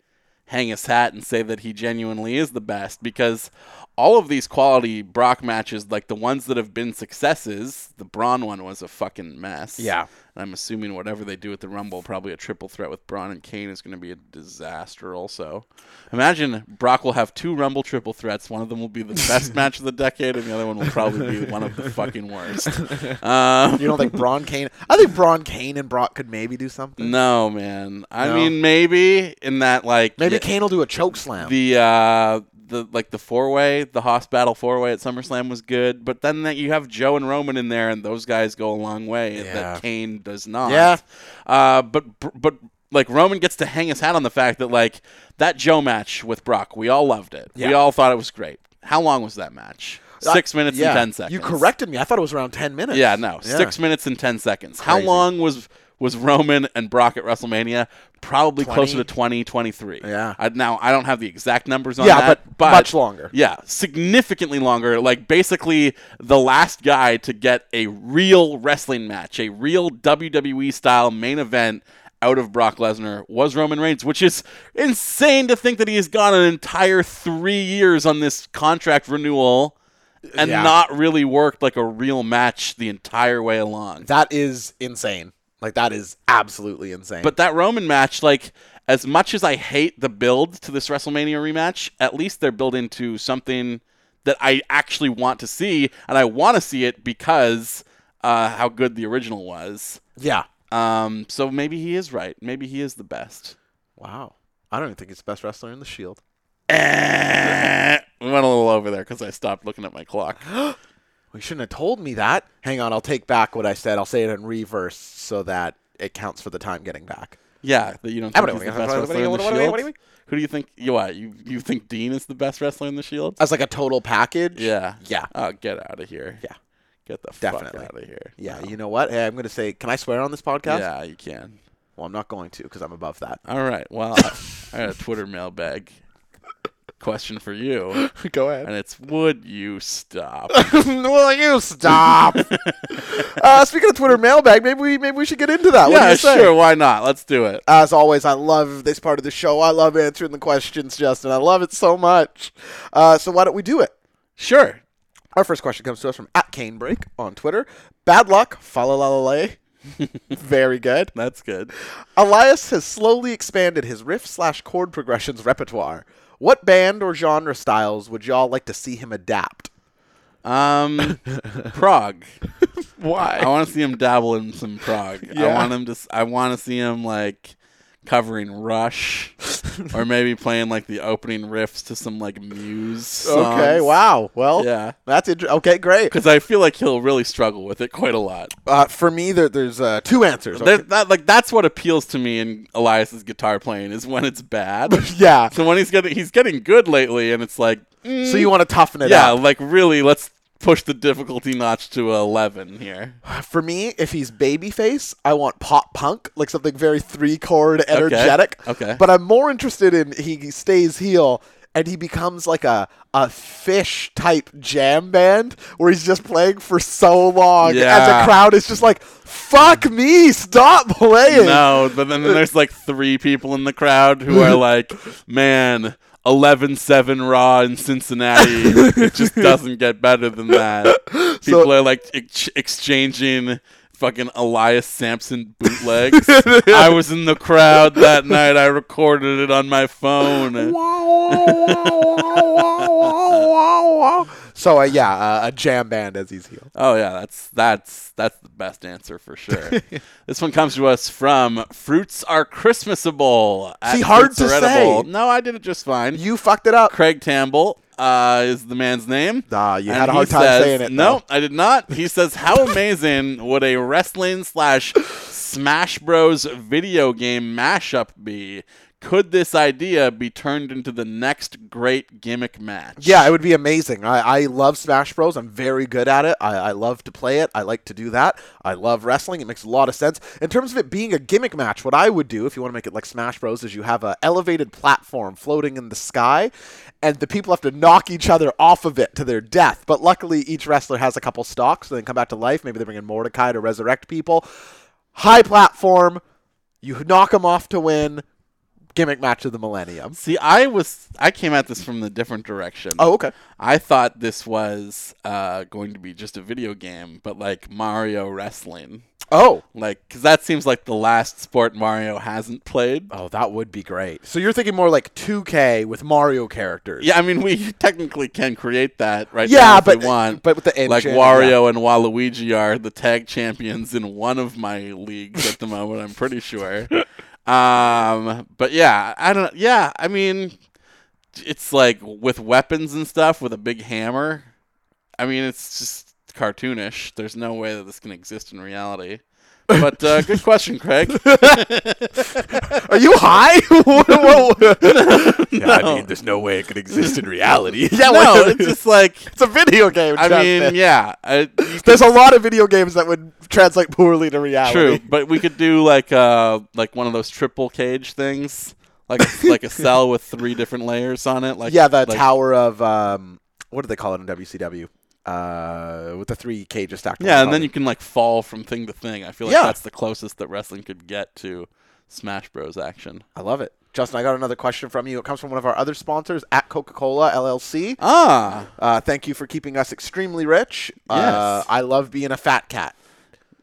D: hang his hat and say that he genuinely is the best because all of these quality Brock matches, like the ones that have been successes, the Braun one was a fucking mess.
E: Yeah.
D: And I'm assuming whatever they do at the Rumble, probably a triple threat with Braun and Kane is going to be a disaster also. Imagine Brock will have two Rumble triple threats. One of them will be the best match of the decade, and the other one will probably be one of the fucking worst. Um,
E: you don't think Braun Kane? I think Braun Kane and Brock could maybe do something.
D: No, man. I
E: No?
D: mean, maybe in that like
E: Maybe
D: yeah,
E: Kane will do a choke slam.
D: the uh, the like the four way, the Hoss battle four way at SummerSlam was good, but then that you have Joe and Roman in there, and those guys go a long way
E: Yeah.
D: that Kane does not.
E: Yeah.
D: Uh, but br- but like Roman gets to hang his hat on the fact that like that Joe match with Brock, we all loved it. We
E: Yeah.
D: all thought it was great. How long was that match?
E: I-
D: Six minutes
E: yeah.
D: and ten seconds.
E: You corrected me. I thought it was around ten minutes.
D: Yeah, no, six minutes and ten seconds. How
E: Crazy.
D: long was was Roman and Brock at WrestMania? Probably
E: 20.
D: closer to 20, 23.
E: Yeah.
D: I, now I don't have the exact numbers on
E: Yeah,
D: that,
E: but much longer.
D: Yeah, significantly longer. Like basically the last guy to get a real wrestling match, a real WWE style main event. Out of Brock Lesnar was Roman Reigns, which is insane to think that he has gone an entire three years on this contract renewal and
E: Yeah.
D: not really worked like a real match the entire way along.
E: That is insane. Like that is absolutely insane.
D: but that Roman match, like, as much as I hate the build to this WrestleMania rematch, at least they're building to something that I actually want to see, and I want to see it because uh, how good the original was.
E: yeah.
D: Um, so maybe he is right. Maybe he is the best.
E: Wow. I don't even think he's the best wrestler in the Shield.
D: Eh, we went a little over there because I stopped looking at my clock.
E: Well, you shouldn't have told me that. Hang on, I'll take back what I said. I'll say it in reverse so that it counts for the time getting back.
D: Yeah, that you don't
E: I'm
D: think he's
E: gonna-
D: the best
E: what-
D: wrestler
E: what-
D: in
E: what-
D: the
E: what- what-
D: Shield.
E: what do you mean?
D: Who do you think? You what? You you think Dean is the best wrestler in the Shield?
E: As like a total package.
D: Yeah.
E: Yeah.
D: Oh, get out of here.
E: Yeah.
D: Get the
E: Definitely.
D: fuck out of here.
E: Yeah. You know what? Hey, I'm gonna say. Can I swear on this podcast?
D: Yeah, you can.
E: Well, I'm not going to because I'm above that.
D: All right. Well, I, I got a Twitter mailbag question for you,
E: Go ahead.
D: and it's would you stop?
E: Will you stop? uh, speaking of Twitter mailbag, maybe we maybe we should get into that. What do
D: yeah,
E: you say? Uh,
D: sure. Why not? Let's do it.
E: As always, I love this part of the show. I love answering the questions, Justin. I love it so much. Uh, so why don't we do it?
D: Sure.
E: Our first question comes to us from at Canebreak on Twitter. Bad luck, falalale. Very good.
D: That's good.
E: Elias has slowly expanded his riff slash chord progressions repertoire. What band or genre styles would y'all like to see him adapt?
D: Um, Prague. I
E: Why?
D: want to see him dabble in some Prague. I
E: Yeah.
D: want him to. s- I want to see him like covering Rush, or maybe playing like the opening riffs to some like Muse. Songs.
E: Okay. Wow. Well,
D: Yeah.
E: That's inter- okay. Great.
D: Because I feel like he'll really struggle with it quite a lot.
E: Uh, for me, there, there's uh, two answers.
D: There-
E: Okay.
D: that- like that's what appeals to me in Elias's guitar playing is when it's bad.
E: Yeah.
D: So when he's getting he's getting good lately, and it's like, mm,
E: So you want to toughen it
D: yeah,
E: up.
D: like really, let's push the difficulty notch to eleven here.
E: For me, if he's babyface, I want pop punk, like something very three chord energetic.
D: Okay.
E: But I'm more interested in he stays heel and he becomes like a a fish type jam band where he's just playing for so long and
D: Yeah.
E: the crowd is just like, "Fuck me, stop playing."
D: No, but then there's like three people in the crowd who are like, man, 11 7 Raw in Cincinnati. it just doesn't get better than that. People are like ex- exchanging fucking Elias Sampson bootlegs. I was in the crowd that night. I recorded it on my phone.
E: so uh, yeah, uh, a jam band as he's heel.
D: Oh yeah, that's that's that's the best answer for sure. this one comes to us from Fruits Are Christmasable. at
E: See,
D: Fruits
E: hard to
D: Are Edible.
E: say.
D: No, I did it just fine.
E: You fucked it up.
D: Craig Campbell uh, is the man's name.
E: Ah, you
D: And
E: had a
D: he
E: hard time
D: says-
E: saying it,
D: No,
E: though.
D: I did not. He says, "How amazing would a wrestling slash Smash Bros video game mashup be?" could this idea be turned into the next great gimmick match?
E: Yeah, it would be amazing. I, I love Smash Bros. I'm very good at it. I, I love to play it. I like to do that. I love wrestling. It makes a lot of sense. In terms of it being a gimmick match, what I would do, if you want to make it like Smash Bros., is you have a elevated platform floating in the sky, and the people have to knock each other off of it to their death. But luckily, each wrestler has a couple stocks, so they can come back to life. Maybe they bring in Mordecai to resurrect people. High platform, you knock them off to win. Gimmick match of the millennium.
D: See, I was I came at this from the different direction.
E: Oh, okay.
D: I thought this was uh, going to be just a video game, but like Mario wrestling,
E: Oh.
D: like because that seems like the last sport Mario hasn't played.
E: Oh, that would be great. So you're thinking more like 2K with Mario characters.
D: Yeah, I mean we technically can create that right
E: Yeah,
D: now if
E: but-
D: we want.
E: but with the
D: like
E: engine,
D: Wario and Waluigi are the tag champions in one of my leagues at the moment. I'm pretty sure. Um, but yeah, I don't. Yeah, I mean, it's like with weapons and stuff with a big hammer. I mean, it's just cartoonish. There's no way that this can exist in reality. But uh, good question, Craig.
E: Are you high? Whoa, whoa.
H: I mean, there's no way it could exist in reality.
E: yeah,
D: no,
E: what-
D: it's just like
E: it's a video game.
D: I mean,
E: Justin.
D: yeah. I, you
E: There's a lot of video games that would translate poorly to reality.
D: True, but we could do like uh like one of those triple cage things, like like a cell with three different layers on it. Like
E: Yeah, the
D: like,
E: Tower of um, what do they call it in WCW? Uh, with the three cages stacked. on
D: Yeah,
E: top
D: and then
E: of
D: you
E: it.
D: can like fall from thing to thing. I feel like
E: Yeah.
D: that's the closest that wrestling could get to Smash Bros. action.
E: I love it, Justin. I got another question from you. It comes from one of our other sponsors at Coca-Cola LLC.
D: Ah,
E: Uh, thank you for keeping us extremely rich. Uh,
D: Yes.
E: I love being a fat cat.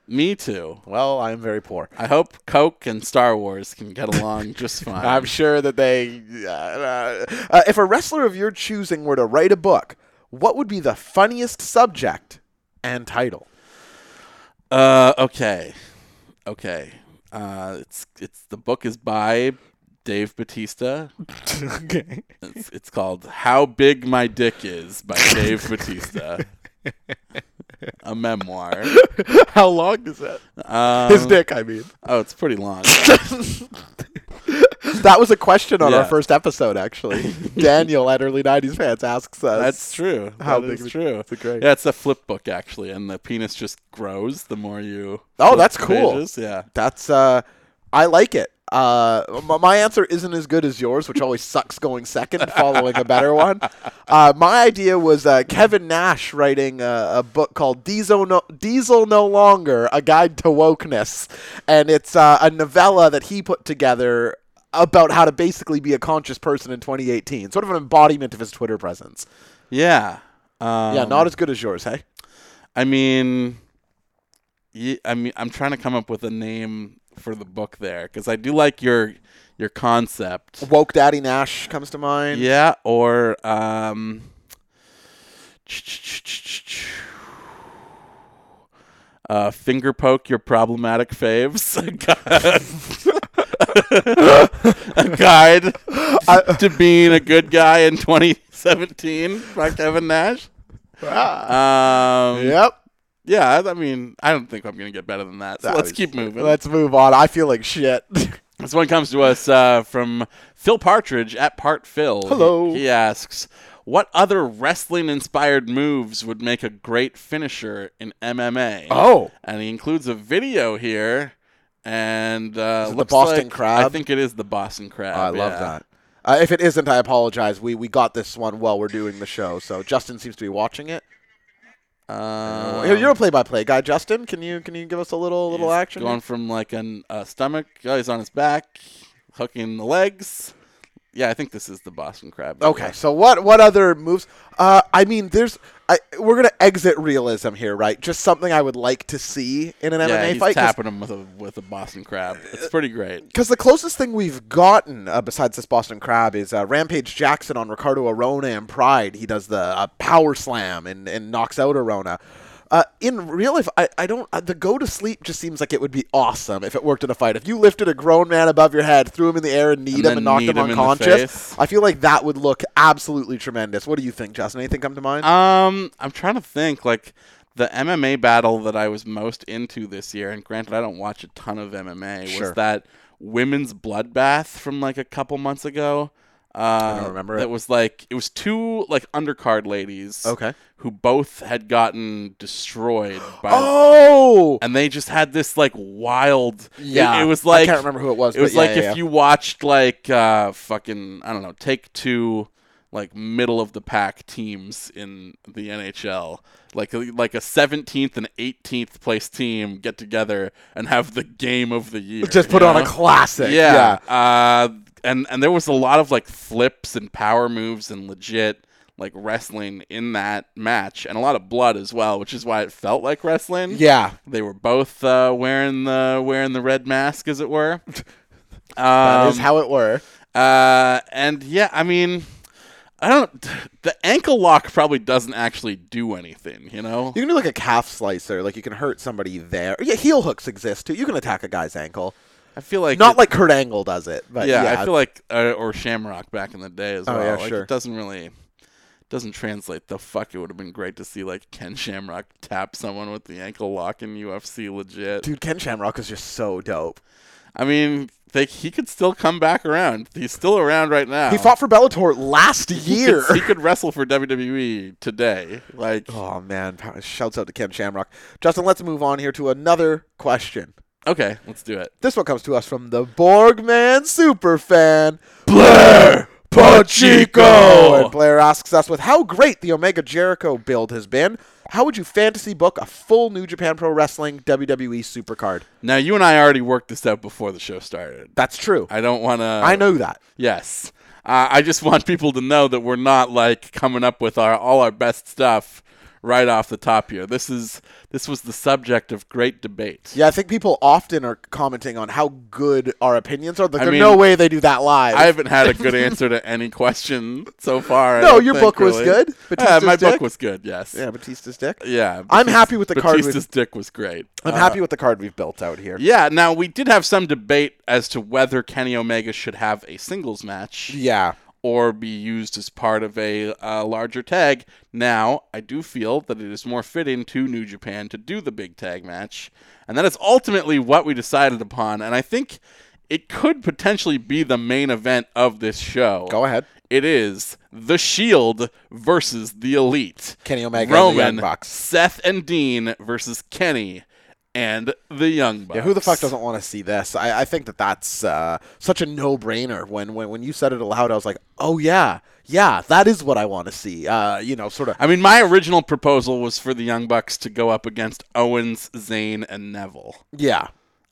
D: me too.
E: Well, I am very poor.
D: I hope Coke and Star Wars can get along just fine.
E: I'm sure that they. Uh, uh, uh, if a wrestler of your choosing were to write a book, what would be the funniest subject and title?
D: Uh, okay, okay. Uh, it's it's the book is by Dave Batista.
E: okay.
D: It's, it's called How Big My Dick Is by Dave Batista. A memoir.
E: How long is that?
D: Um,
E: His dick, I mean.
D: Oh, it's pretty long.
E: That was a question on our
D: Yeah.
E: first episode, actually. Daniel at early '90s fans asks us.
D: That's true.
E: How
D: That
E: big
D: is
E: of a-
D: true.
E: it's a great-
D: Yeah, it's a flip book actually, and the penis just grows the more you.
E: Oh,
D: flip
E: that's cool.
D: pages. Yeah.
E: That's uh, I like it. Uh, m- my answer isn't as good as yours, which always sucks going second, following a better one. Uh, my idea was uh, Kevin Nash writing a, a book called Diesel no-, Diesel no Longer: A Guide to Wokeness, and it's uh, a novella that he put together about how to basically be a conscious person in 2018, sort of an embodiment of his Twitter presence.
D: Yeah. Um,
E: yeah, not as good as yours, hey?
D: I mean, ye- I mean, I'm trying to come up with a name for the book there because I do like your your concept.
E: Woke Daddy Nash comes to mind.
D: Yeah, or um, uh, finger poke your problematic faves. A gu- a guide to being a good guy in 2017 by Kevin Nash. Um,
E: Yep.
D: yeah, I I mean, I don't think I'm going to get better than that. So
E: That
D: let's
E: was-
D: keep moving.
E: Let's move on. I feel like shit.
D: This one comes to us uh, from Phil Partridge at Part Phil.
E: Hello.
D: He, he asks, "What other wrestling-inspired moves would make a great finisher in MMA?"
E: Oh.
D: and he includes a video here, and uh,
E: Is it the
D: looks
E: Boston
D: like- I
E: Crab? Oh,
D: think it is the Boston Crab.
E: I love
D: yeah.
E: that. Uh, if it isn't, I apologize. We we got this one while we're doing the show, so Justin seems to be watching it.
D: Uh,
E: You're- You're a play-by-play guy, Justin. Can you can you give us a little little
D: he's
E: action?
D: going from like an uh, stomach. Oh, he's on his back, hooking the legs. Yeah, I think this is the Boston Crab. video.
E: Okay, so what what other moves? Uh, I mean, there's I, we're gonna exit realism here, right? Just something I would like to see in an
D: Yeah,
E: MMA
D: he's
E: fight. 'cause-
D: tapping him with a with a Boston crab. It's pretty great.
E: Because the closest thing we've gotten uh, besides this Boston Crab is uh, Rampage Jackson on Ricardo Arona and Pride. He does the uh, power slam and, and knocks out Arona. Uh, in real life, I, I don't. Uh, the go to sleep just seems like it would be awesome if it worked in a fight. If you lifted a grown man above your head, threw him in the air, and kneed
D: And
E: him
D: then
E: and knocked
D: kneed
E: him
D: him in the
E: unconscious,
D: face.
E: I feel like that would look absolutely tremendous. What do you think, Justin? Anything come to mind?
D: Um, I'm trying to think. Like the MMA battle that I was most into this year, and granted, I don't watch a ton of MMA.
E: Sure.
D: Was that women's bloodbath from like a couple months ago. Uh, I
E: don't remember
D: That
E: it.
D: was like it was two like undercard ladies.
E: Okay.
D: Who both had gotten destroyed by
E: Oh,
D: and they just had this like wild. it-
E: Yeah.
D: it, was
E: I
D: like
E: can't remember who it was,
D: It was
E: but yeah,
D: like
E: yeah,
D: if
E: yeah.
D: you watched like uh, fucking I don't know, take two like middle of the pack teams in the NHL, like like a 17th and 18th place team get together and have the game of the year.
E: just put
D: you
E: on a
D: know?
E: classic.
D: Yeah. Uh, and and there was a lot of like flips and power moves and legit like wrestling in that match and a lot of blood as well, which is why it felt like wrestling.
E: Yeah.
D: They were both uh, wearing the wearing the red mask, as it were.
E: That
D: Um,
E: is how it were.
D: uh, and yeah, I mean, I don't. The ankle lock probably doesn't actually do anything, you know.
E: You can do like a calf slicer, like you can hurt somebody there. Yeah, heel hooks exist too. You can attack a guy's ankle.
D: I feel like
E: Not
D: it-
E: like Kurt Angle does it, but
D: yeah,
E: yeah,
D: I feel like uh, or Shamrock back in the day as
E: Oh,
D: well.
E: yeah,
D: like,
E: sure.
D: It doesn't really doesn't translate. The fuck, it would have been great to see like Ken Shamrock tap someone with the ankle lock in UFC legit.
E: dude, Ken Shamrock is just so dope.
D: I mean, they, he could still come back around. He's still around right now.
E: He fought for Bellator last
D: He
E: year.
D: could- He could, wrestle for WWE today. Like,
E: Oh man! Pow- Shouts out to Ken Shamrock. Justin, let's move on here to another question.
D: okay, let's do it.
E: This one comes to us from the Borgman superfan Blair
D: Pacheco.
E: And Blair asks us, "With how great the Omega Jericho build has been, how would you fantasy book a full New Japan Pro Wrestling WWE supercard?"
D: Now, you and I already worked this out before the show started.
E: That's true.
D: I don't want to.
E: I know that.
D: Yes. Uh, I just want people to know that we're not like coming up with our all our best stuff right off the top here. This is this was the subject of great debate.
E: Yeah, I think people often are commenting on how good our opinions are. Like,
D: I
E: there's
D: mean,
E: no way they do that live.
D: I haven't had a good answer to any question so far. I
E: No,
D: don't
E: your
D: think,
E: book was
D: really.
E: good.
D: Yeah, my
E: Batista's dick.
D: book was good. Yes.
E: yeah, Batista's dick.
D: Yeah,
E: I'm
D: Batist-
E: happy with the card we-
D: Batista's dick was great.
E: I'm
D: Uh,
E: happy with the card we've built out here.
D: Yeah. Now we did have some debate as to whether Kenny Omega should have a singles match.
E: Yeah.
D: or be used as part of a uh, larger tag. Now, I do feel that it is more fitting to New Japan to do the big tag match, and that is ultimately what we decided upon. And I think it could potentially be the main event of this show.
E: Go ahead.
D: It is the Shield versus the Elite.
E: Kenny Omega and the
D: Roman,
E: Young Bucks.
D: Seth and Dean versus Kenny and the Young Bucks.
E: Yeah, who the fuck doesn't want to see this? I, I think that that's uh, such a no-brainer. When, when when you said it aloud, I was like, oh yeah, yeah, that is what I want to see. Uh, you know, sort of.
D: I mean, my original proposal was for the Young Bucks to go up against Owens, Zayn, and Neville.
E: Yeah,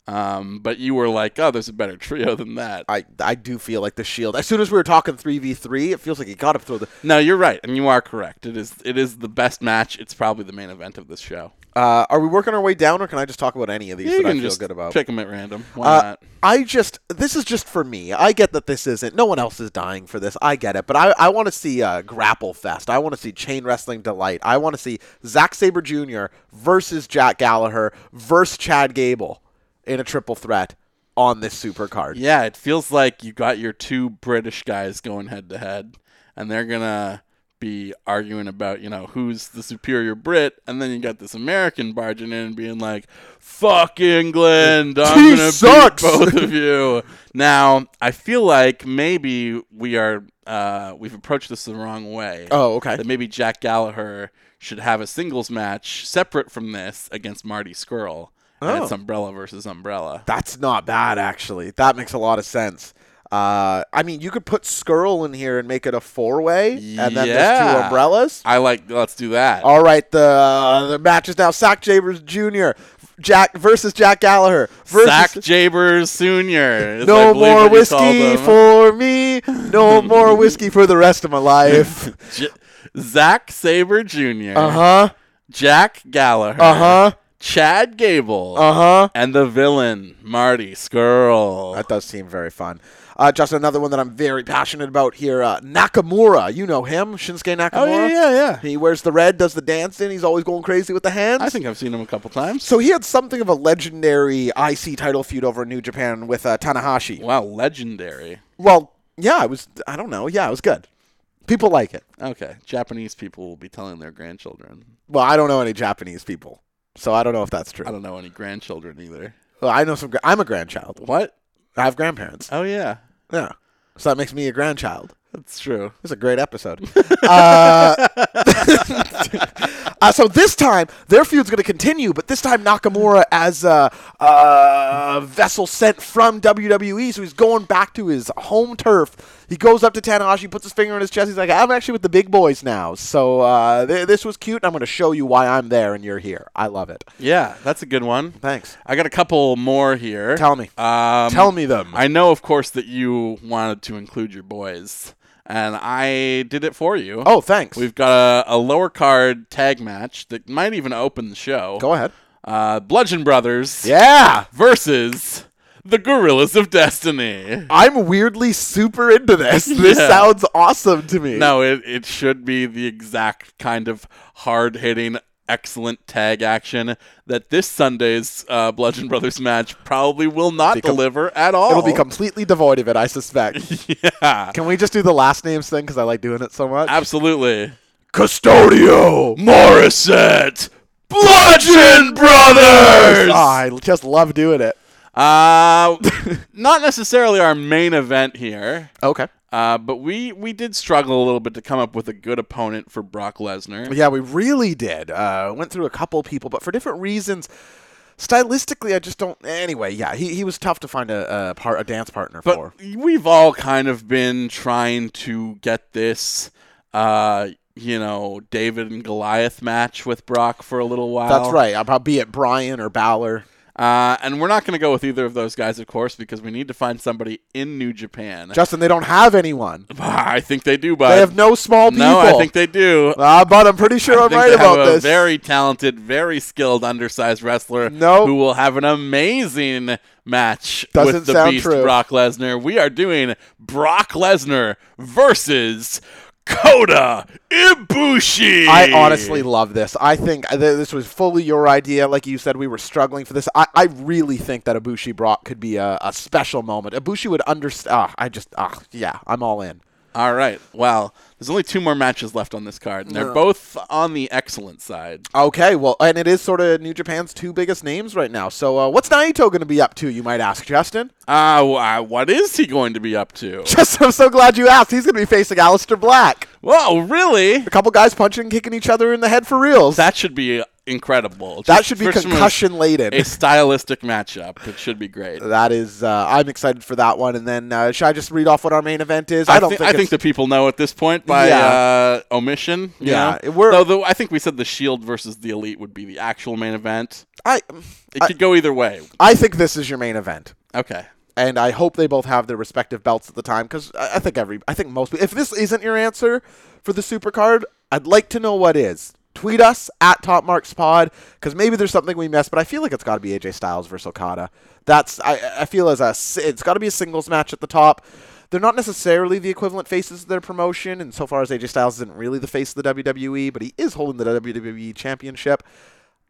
D: Um, but you were like, oh, there's a better trio than that.
E: I I do feel like the Shield. As soon as we were talking three v three, it feels like you got to throw the.
D: no, you're right, and you are correct. It is it is the best match. It's probably the main event of this show.
E: Uh, are we working our way down, or can I just talk about any of these
D: you
E: that I
D: can
E: feel
D: just
E: good about?
D: pick them at random. Why
E: Uh,
D: not?
E: I just this is just for me. I get that this isn't. No one else is dying for this. I get it, but I, I want to see uh, Grapple Fest. I want to see Chain Wrestling Delight. I want to see Zack Saber Jr. versus Jack Gallagher versus Chad Gable in a triple threat on this super card.
D: Yeah, it feels like you got your two British guys going head to head, and they're gonna be arguing about you know who's the superior Brit, and then you got this American barging in and being like, "Fuck England, I'm
E: Tea
D: gonna
E: sucks."
D: beat both of you." Now I feel like maybe we are uh, we've approached this the wrong way.
E: Oh, okay.
D: That maybe Jack Gallagher should have a singles match separate from this against Marty Skrull. And
E: Oh.
D: it's umbrella versus umbrella.
E: That's not bad, actually. That makes a lot of sense. Uh, I mean, you could put Skrull in here and make it a four way, and then there's two
D: Yeah.
E: umbrellas.
D: I like. Let's do that.
E: All right, the uh, the match is now Sack Jabers Jr. Jack versus Jack Gallagher versus
D: Zach Jabers Sr. is, I
E: No
D: believe,
E: more
D: what you called
E: whiskey
D: him.
E: for me. No more whiskey for the rest of my life.
D: J- Zach Saber Jr.
E: Uh huh.
D: Jack Gallagher.
E: Uh huh.
D: Chad Gable.
E: Uh huh.
D: And the villain Marty Skrull.
E: That does seem very fun. Uh, just another one that I'm very passionate about here. Uh, Nakamura, you know him, Shinsuke Nakamura.
D: Oh, yeah, yeah, yeah.
E: He wears the red, does the dancing. He's always going crazy with the hands.
D: I think I've seen him a couple times.
E: so. He had something of a legendary IC title feud over in New Japan with uh, Tanahashi.
D: Wow, legendary.
E: Well, yeah, it was. I don't know. Yeah, it was good. People like it.
D: Okay, Japanese people will be telling their grandchildren.
E: Well, I don't know any Japanese people, so I don't know if that's true.
D: I don't know any grandchildren either.
E: Well, I know some. gra- I'm a grandchild.
D: What?
E: I have grandparents.
D: Oh yeah,
E: Yeah. So that makes me a grandchild.
D: that's true.
E: It's a great episode. uh, uh, so this time their feud's going to continue, but this time Nakamura as a, a vessel sent from WWE, so he's going back to his home turf. He goes up to Tanahashi, puts his finger in his chest. He's like, "I'm actually with the big boys now." So uh, th- this was cute. and I'm going to show you why I'm there and you're here. I love it.
D: Yeah, that's a good one.
E: Thanks.
D: I got a couple more here.
E: Tell me.
D: Um,
E: Tell me them.
D: I know, of course, that you wanted to include your boys, and I did it for you.
E: oh, thanks.
D: We've got a, a lower card tag match that might even open the show.
E: Go ahead.
D: Uh, Bludgeon Brothers
E: Yeah.
D: versus the Gorillas of Destiny.
E: I'm weirdly super into this. This
D: Yeah.
E: sounds awesome to me.
D: No, it, it should be the exact kind of hard hitting, excellent tag action that this Sunday's uh, Bludgeon Brothers match probably will not
E: Become-
D: deliver at all.
E: It'll be completely devoid of it, I suspect.
D: Yeah,
E: Can we just do the last names thing because I like doing it so much?
D: absolutely.
E: Custodio
D: Morissette! Bludgeon Brothers!
E: Oh, I just love doing it.
D: Uh, not necessarily our main event here,
E: Okay.
D: uh, but we, we did struggle a little bit to come up with a good opponent for Brock Lesnar.
E: Yeah, we really did. Uh, went through a couple people, but for different reasons. Stylistically, I just don't. Anyway, yeah, he, he was tough to find a a, par- a dance partner
D: But
E: for.
D: we've all kind of been trying to get this, uh, you know, David and Goliath match with Brock for a little while.
E: That's right. I'll be it Brian or Balor.
D: Uh, and we're not going to go with either of those guys, of course, because we need to find somebody in New Japan.
E: Justin, they don't have anyone.
D: I think they do, but
E: They have no small people.
D: No, I think they do.
E: Uh, but I'm pretty sure
D: I
E: am
D: think
E: right
D: they
E: about
D: have a
E: this.
D: Very talented, very skilled, undersized wrestler
E: Nope.
D: who will have an amazing match
E: Doesn't
D: with the
E: sound
D: Beast
E: true.
D: Brock Lesnar. We are doing Brock Lesnar versus Kota Ibushi.
E: I honestly love this. I think th- this was fully your idea. Like you said, we were struggling for this. I, I really think that Ibushi Brock could be a, a special moment. Ibushi would understand. I just, ah, yeah, I'm all in.
D: All right. Well, there's only two more matches left on this card, and they're both on the excellent side.
E: Okay, well, and it is sort of New Japan's two biggest names right now. So, uh, what's Naito going to be up to? You might ask, Justin.
D: Uh, wh- uh, what is he going to be up to?
E: Justin, I'm so glad you asked. He's going to be facing Aleister Black.
D: Whoa, really?
E: A couple guys punching and kicking each other in the head for reals.
D: That should be incredible.
E: That
D: Just
E: should be
D: for some-
E: concussion laden.
D: A stylistic matchup. It should be great.
E: That is, uh, I'm excited for that one. And then, uh, should I just read off what our main event is? I, don't
D: thi-
E: think.
D: I think
E: it's-
D: the people know at this point by
E: Yeah.
D: uh, omission. you
E: Yeah,
D: know?
E: it- we're-
D: Though the, I think we said the Shield versus the Elite would be the actual main event.
E: I,
D: It
E: I,
D: could go either way.
E: I think this is your main event,
D: Okay.
E: and I hope they both have their respective belts at the time because I, I think every, I think most. If this isn't your answer for the super card, I'd like to know what is. Tweet us at Top Marks Pod because maybe there's something we missed, but I feel like it's got to be AJ Styles versus Okada. That's I, I feel as a si- it's got to be a singles match at the top. They're not necessarily the equivalent faces of their promotion, and so far as AJ Styles isn't really the face of the WWE, but he is holding the WWE Championship.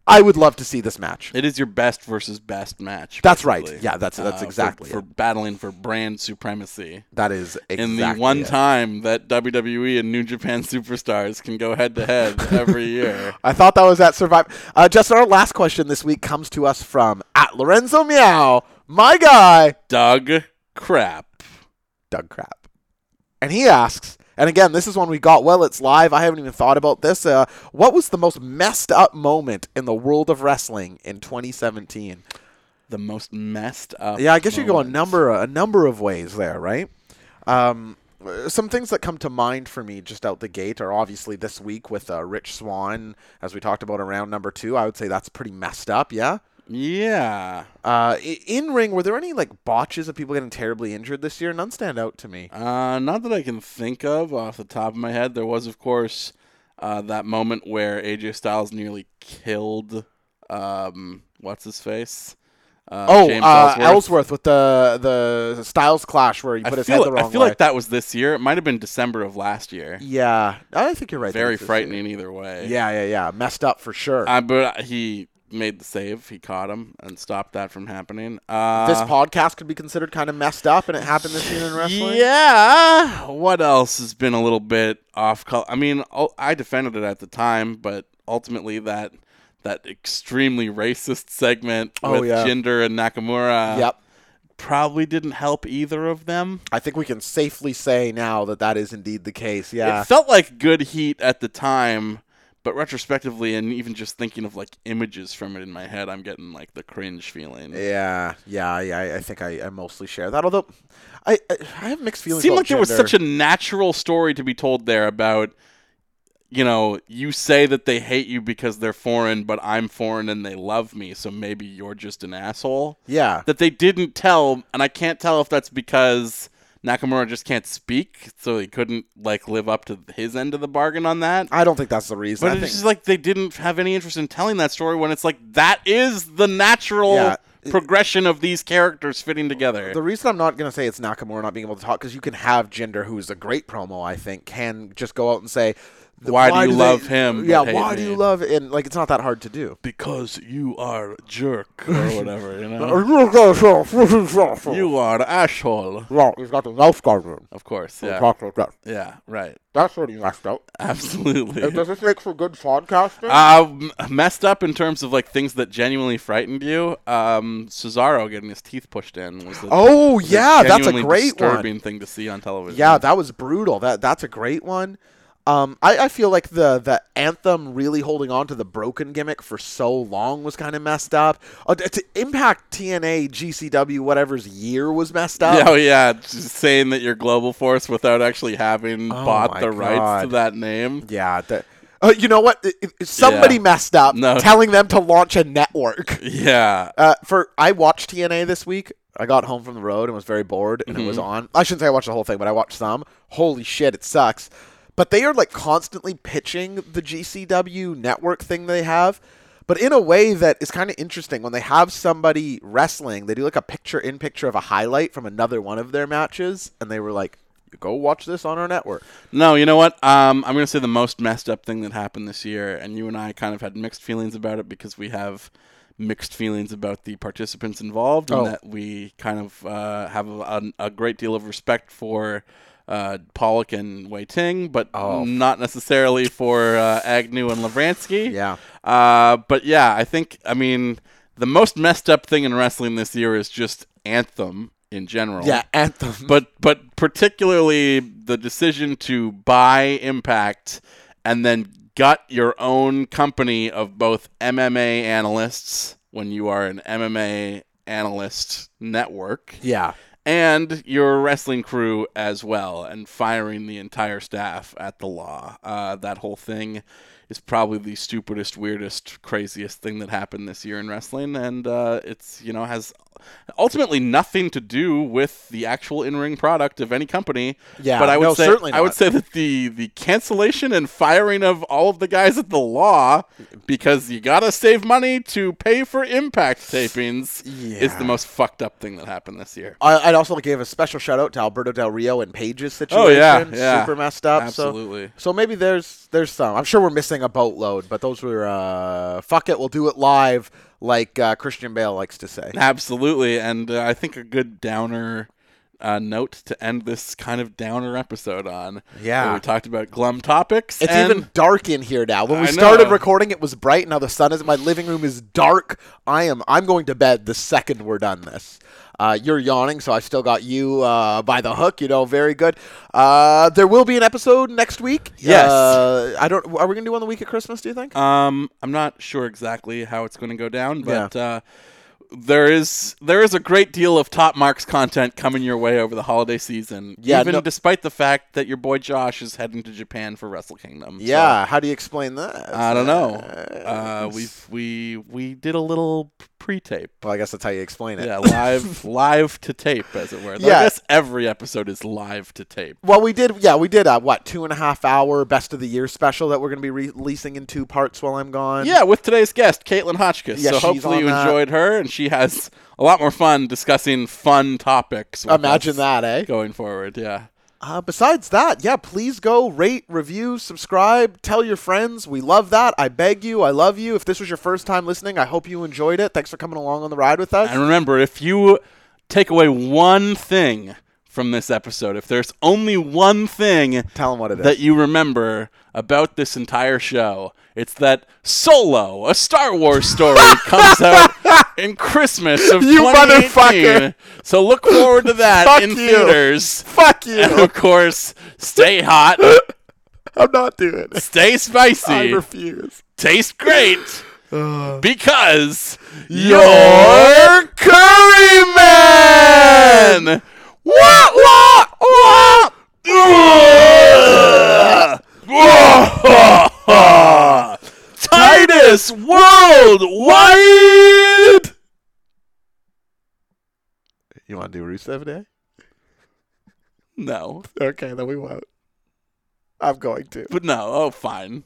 E: I would love to see this match.
D: It is your best versus best match.
E: That's right.
D: basically. uh,
E: Yeah, that's- that's
D: for-
E: exactly
D: for,
E: it.
D: battling for brand supremacy.
E: That is exactly
D: in the one
E: it.
D: time that WWE and New Japan superstars can go head to head every year.
E: I thought that was at Survive. Uh, Justin, our last question this week comes to us from at Lorenzo Meow, my guy,
D: Doug Crap.
E: Doug Crap. And he asks, and again, this is one we got well, it's live. I haven't even thought about this. Uh, what was the most messed up moment in the world of wrestling in 2017?
D: The most messed up.
E: Yeah, I guess you go a
D: moment.
E: number a number of ways there, right? Um, uh, some things that come to mind for me just out the gate are obviously this week with uh, Rich Swan, as we talked about around number two. I would say that's pretty messed up. Yeah.
D: Yeah.
E: Uh, i- in ring, were there any like botches of people getting terribly injured this year? None stand out to me.
D: Uh, not that I can think of off the top of my head. There was, of course, uh, that moment where AJ Styles nearly killed um, what's his face? Uh,
E: oh,
D: James
E: uh, Ellsworth. with the the Styles clash where he
D: I
E: put his
D: feel,
E: head the wrong
D: I feel
E: way.
D: like that was this year. It might have been December of last year.
E: yeah, I think you're right. that
D: Very
E: was this
D: frightening either way.
E: year. Yeah, yeah, yeah. Messed up for sure.
D: Uh, but he made the save. He caught him and stopped that from happening. Uh,
E: this podcast could be considered kind of messed up, and it happened this year in wrestling.
D: Yeah. What else has been a little bit off color? I mean, ul- I defended it at the time, but ultimately that that extremely racist segment
E: Oh,
D: with
E: yeah.
D: Jinder and Nakamura
E: Yep.
D: probably didn't help either of them.
E: I think we can safely say now that that is indeed the case. Yeah.
D: It felt like good heat at the time, but retrospectively, and even just thinking of like images from it in my head, I'm getting like the cringe feeling.
E: yeah, yeah, yeah. I- I think I, I mostly share that. Although, I I, I have mixed
D: It
E: feelings.
D: seemed
E: about
D: like there was
E: gender.
D: such a natural story to be told there about, you know, you say that they hate you because they're foreign, but I'm foreign and they love me, so maybe you're just an asshole.
E: yeah.
D: That they didn't tell, and I can't tell if that's because Nakamura just can't speak, so he couldn't like live up to his end of the bargain on that.
E: I don't think that's the reason.
D: But
E: I
D: it's
E: think-
D: just like they didn't have any interest in telling that story when it's like that is the natural
E: Yeah.
D: progression of these characters fitting together.
E: The reason I'm not going to say it's Nakamura not being able to talk because you can have Jinder, who is a great promo, I think, can just go out and say, th-
D: Why do you
E: they-
D: love him
E: Yeah,
D: but hate
E: why do
D: me?"
E: you love? And like, it's not that hard to do.
D: because you are a jerk or whatever, you know.
E: you
D: you are an asshole.
E: well, he's got the mouth guard.
D: Of course, yeah.
E: Talk like that.
D: Yeah, right.
E: That's really messed up.
D: Absolutely.
E: Does this make for good podcasting?
D: Uh, m- messed up in terms of like things that genuinely frightened you. Um, Cesaro getting his teeth pushed in was a,
E: oh
D: was
E: yeah, that's a
D: genuinely
E: great one.
D: disturbing thing to see on television.
E: Yeah, that was brutal. That that's a great one. Um, I, I feel like the the anthem really holding on to the broken gimmick for so long was kind of messed up. Uh, t- to impact TNA, GCW, whatever's year was messed up.
D: Yeah, oh yeah, just saying that you're Global Force without actually having bought
E: Oh my
D: the rights to
E: God.
D: that name.
E: Yeah, that- uh, you know what? It- it- somebody
D: Yeah.
E: messed up
D: No.
E: telling them to launch a network.
D: Yeah.
E: Uh, for I watched TNA this week. I got home from the road and was very bored, and it was on. I shouldn't say I watched the whole thing, but I watched some. Holy shit, it sucks. But they are like constantly pitching the GCW network thing they have, but in a way that is kind of interesting. When they have somebody wrestling, they do like a picture in picture of a highlight from another one of their matches, and they were like, "Go watch this on our network."
D: No, you know what? Um, I'm gonna say the most messed up thing that happened this year, and you and I kind of had mixed feelings about it because we have mixed feelings about the participants involved, and
E: Oh.
D: that we kind of uh, have a, a, a great deal of respect for. Uh, Pollock and Wei Ting, but
E: Oh,
D: not necessarily for uh, Agnew and Lavransky.
E: Yeah.
D: Uh, but yeah, I think I mean the most messed up thing in wrestling this year is just Anthem in general.
E: Yeah, anthem.
D: But but particularly the decision to buy Impact and then gut your own company of both MMA analysts when you are an MMA analyst network
E: yeah,
D: and your wrestling crew as well, and firing the entire staff at the law. Uh, that whole thing is probably the stupidest, weirdest, craziest thing that happened this year in wrestling, and uh, it's you know has ultimately nothing to do with the actual in-ring product of any company.
E: Yeah,
D: but I would
E: no,
D: say
E: certainly
D: I would
E: not.
D: say that the the cancellation and firing of all of the guys at the law because you gotta save money to pay for Impact tapings is
E: Yeah.
D: the most fucked up thing that happened this year.
E: I, I'd also like to give a special shout out to Alberto Del Rio and Page's situation.
D: Oh, yeah, yeah.
E: super messed up.
D: Absolutely.
E: So, so maybe there's there's some. I'm sure we're missing a boatload, but those were uh, fuck it, we'll do it live, like uh, Christian Bale likes to say.
D: Absolutely, and uh, I think a good downer uh, note to end this kind of downer episode on.
E: Yeah.
D: where we talked about glum topics.
E: It's
D: and
E: even dark in here now. When we
D: I
E: started
D: know.
E: recording, it was bright. Now the sun is. My living room is dark. I am. I'm going to bed the second we're done this. Uh, you're yawning, so I still got you uh, by the hook. You know, very good. Uh, there will be an episode next week.
D: Yes.
E: Uh, I don't. Are we gonna do one the week of Christmas? Do you think?
D: Um, I'm not sure exactly how it's going to go down, but uh, there is there is a great deal of top marks content coming your way over the holiday season.
E: Yeah,
D: even
E: no-
D: despite the fact that your boy Josh is heading to Japan for Wrestle Kingdom. So
E: yeah. How do you explain that?
D: I don't know. Uh, we we we did a little pre-tape.
E: Well, I guess that's how you explain it.
D: Yeah, live live to tape, as it were. Though I
E: Yeah.
D: guess every episode is live to tape.
E: Well, we did. Yeah, we did a what two and a half hour best of the year special that we're going to be releasing in two parts while I'm gone.
D: Yeah, with today's guest, Caitlin Hotchkiss.
E: Yeah,
D: so
E: she's
D: hopefully
E: on
D: you
E: that.
D: enjoyed her, and she has a lot more fun discussing fun topics. with
E: Imagine
D: us
E: that, eh?
D: Going forward, yeah.
E: Uh, besides that, yeah, please go rate, review, subscribe, tell your friends. We love that. I beg you. I love you. If this was your first time listening, I hope you enjoyed it. Thanks for coming along on the ride with us.
D: And remember, if you take away one thing from this episode, if there's only one thing
E: Tell 'em what it
D: that
E: is.
D: you remember about this entire show, it's that Solo, a Star Wars story, comes out in Christmas of
E: You
D: 2018.
E: motherfucker.
D: So look forward to that
E: Fuck
D: in
E: you.
D: theaters.
E: Fuck
D: And
E: you.
D: of course, stay hot,
E: I'm not doing it.
D: stay
E: I
D: spicy,
E: refuse.
D: taste great,
E: Uh,
D: because
E: Your curry man.
D: What? What? What? Titus Worldwide!
E: You want to do Rusev Day?
D: No,
E: Okay, then we won't. I'm going to.
D: but no. Oh, fine.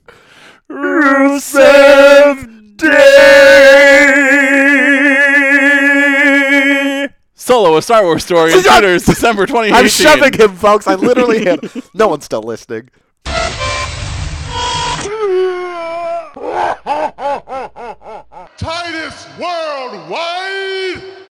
E: Rusev Day.
D: Solo, a Star Wars story in theaters, December 2018.
E: I'm shoving him, folks. I literally hit. him. No one's still listening.
F: Titus Worldwide!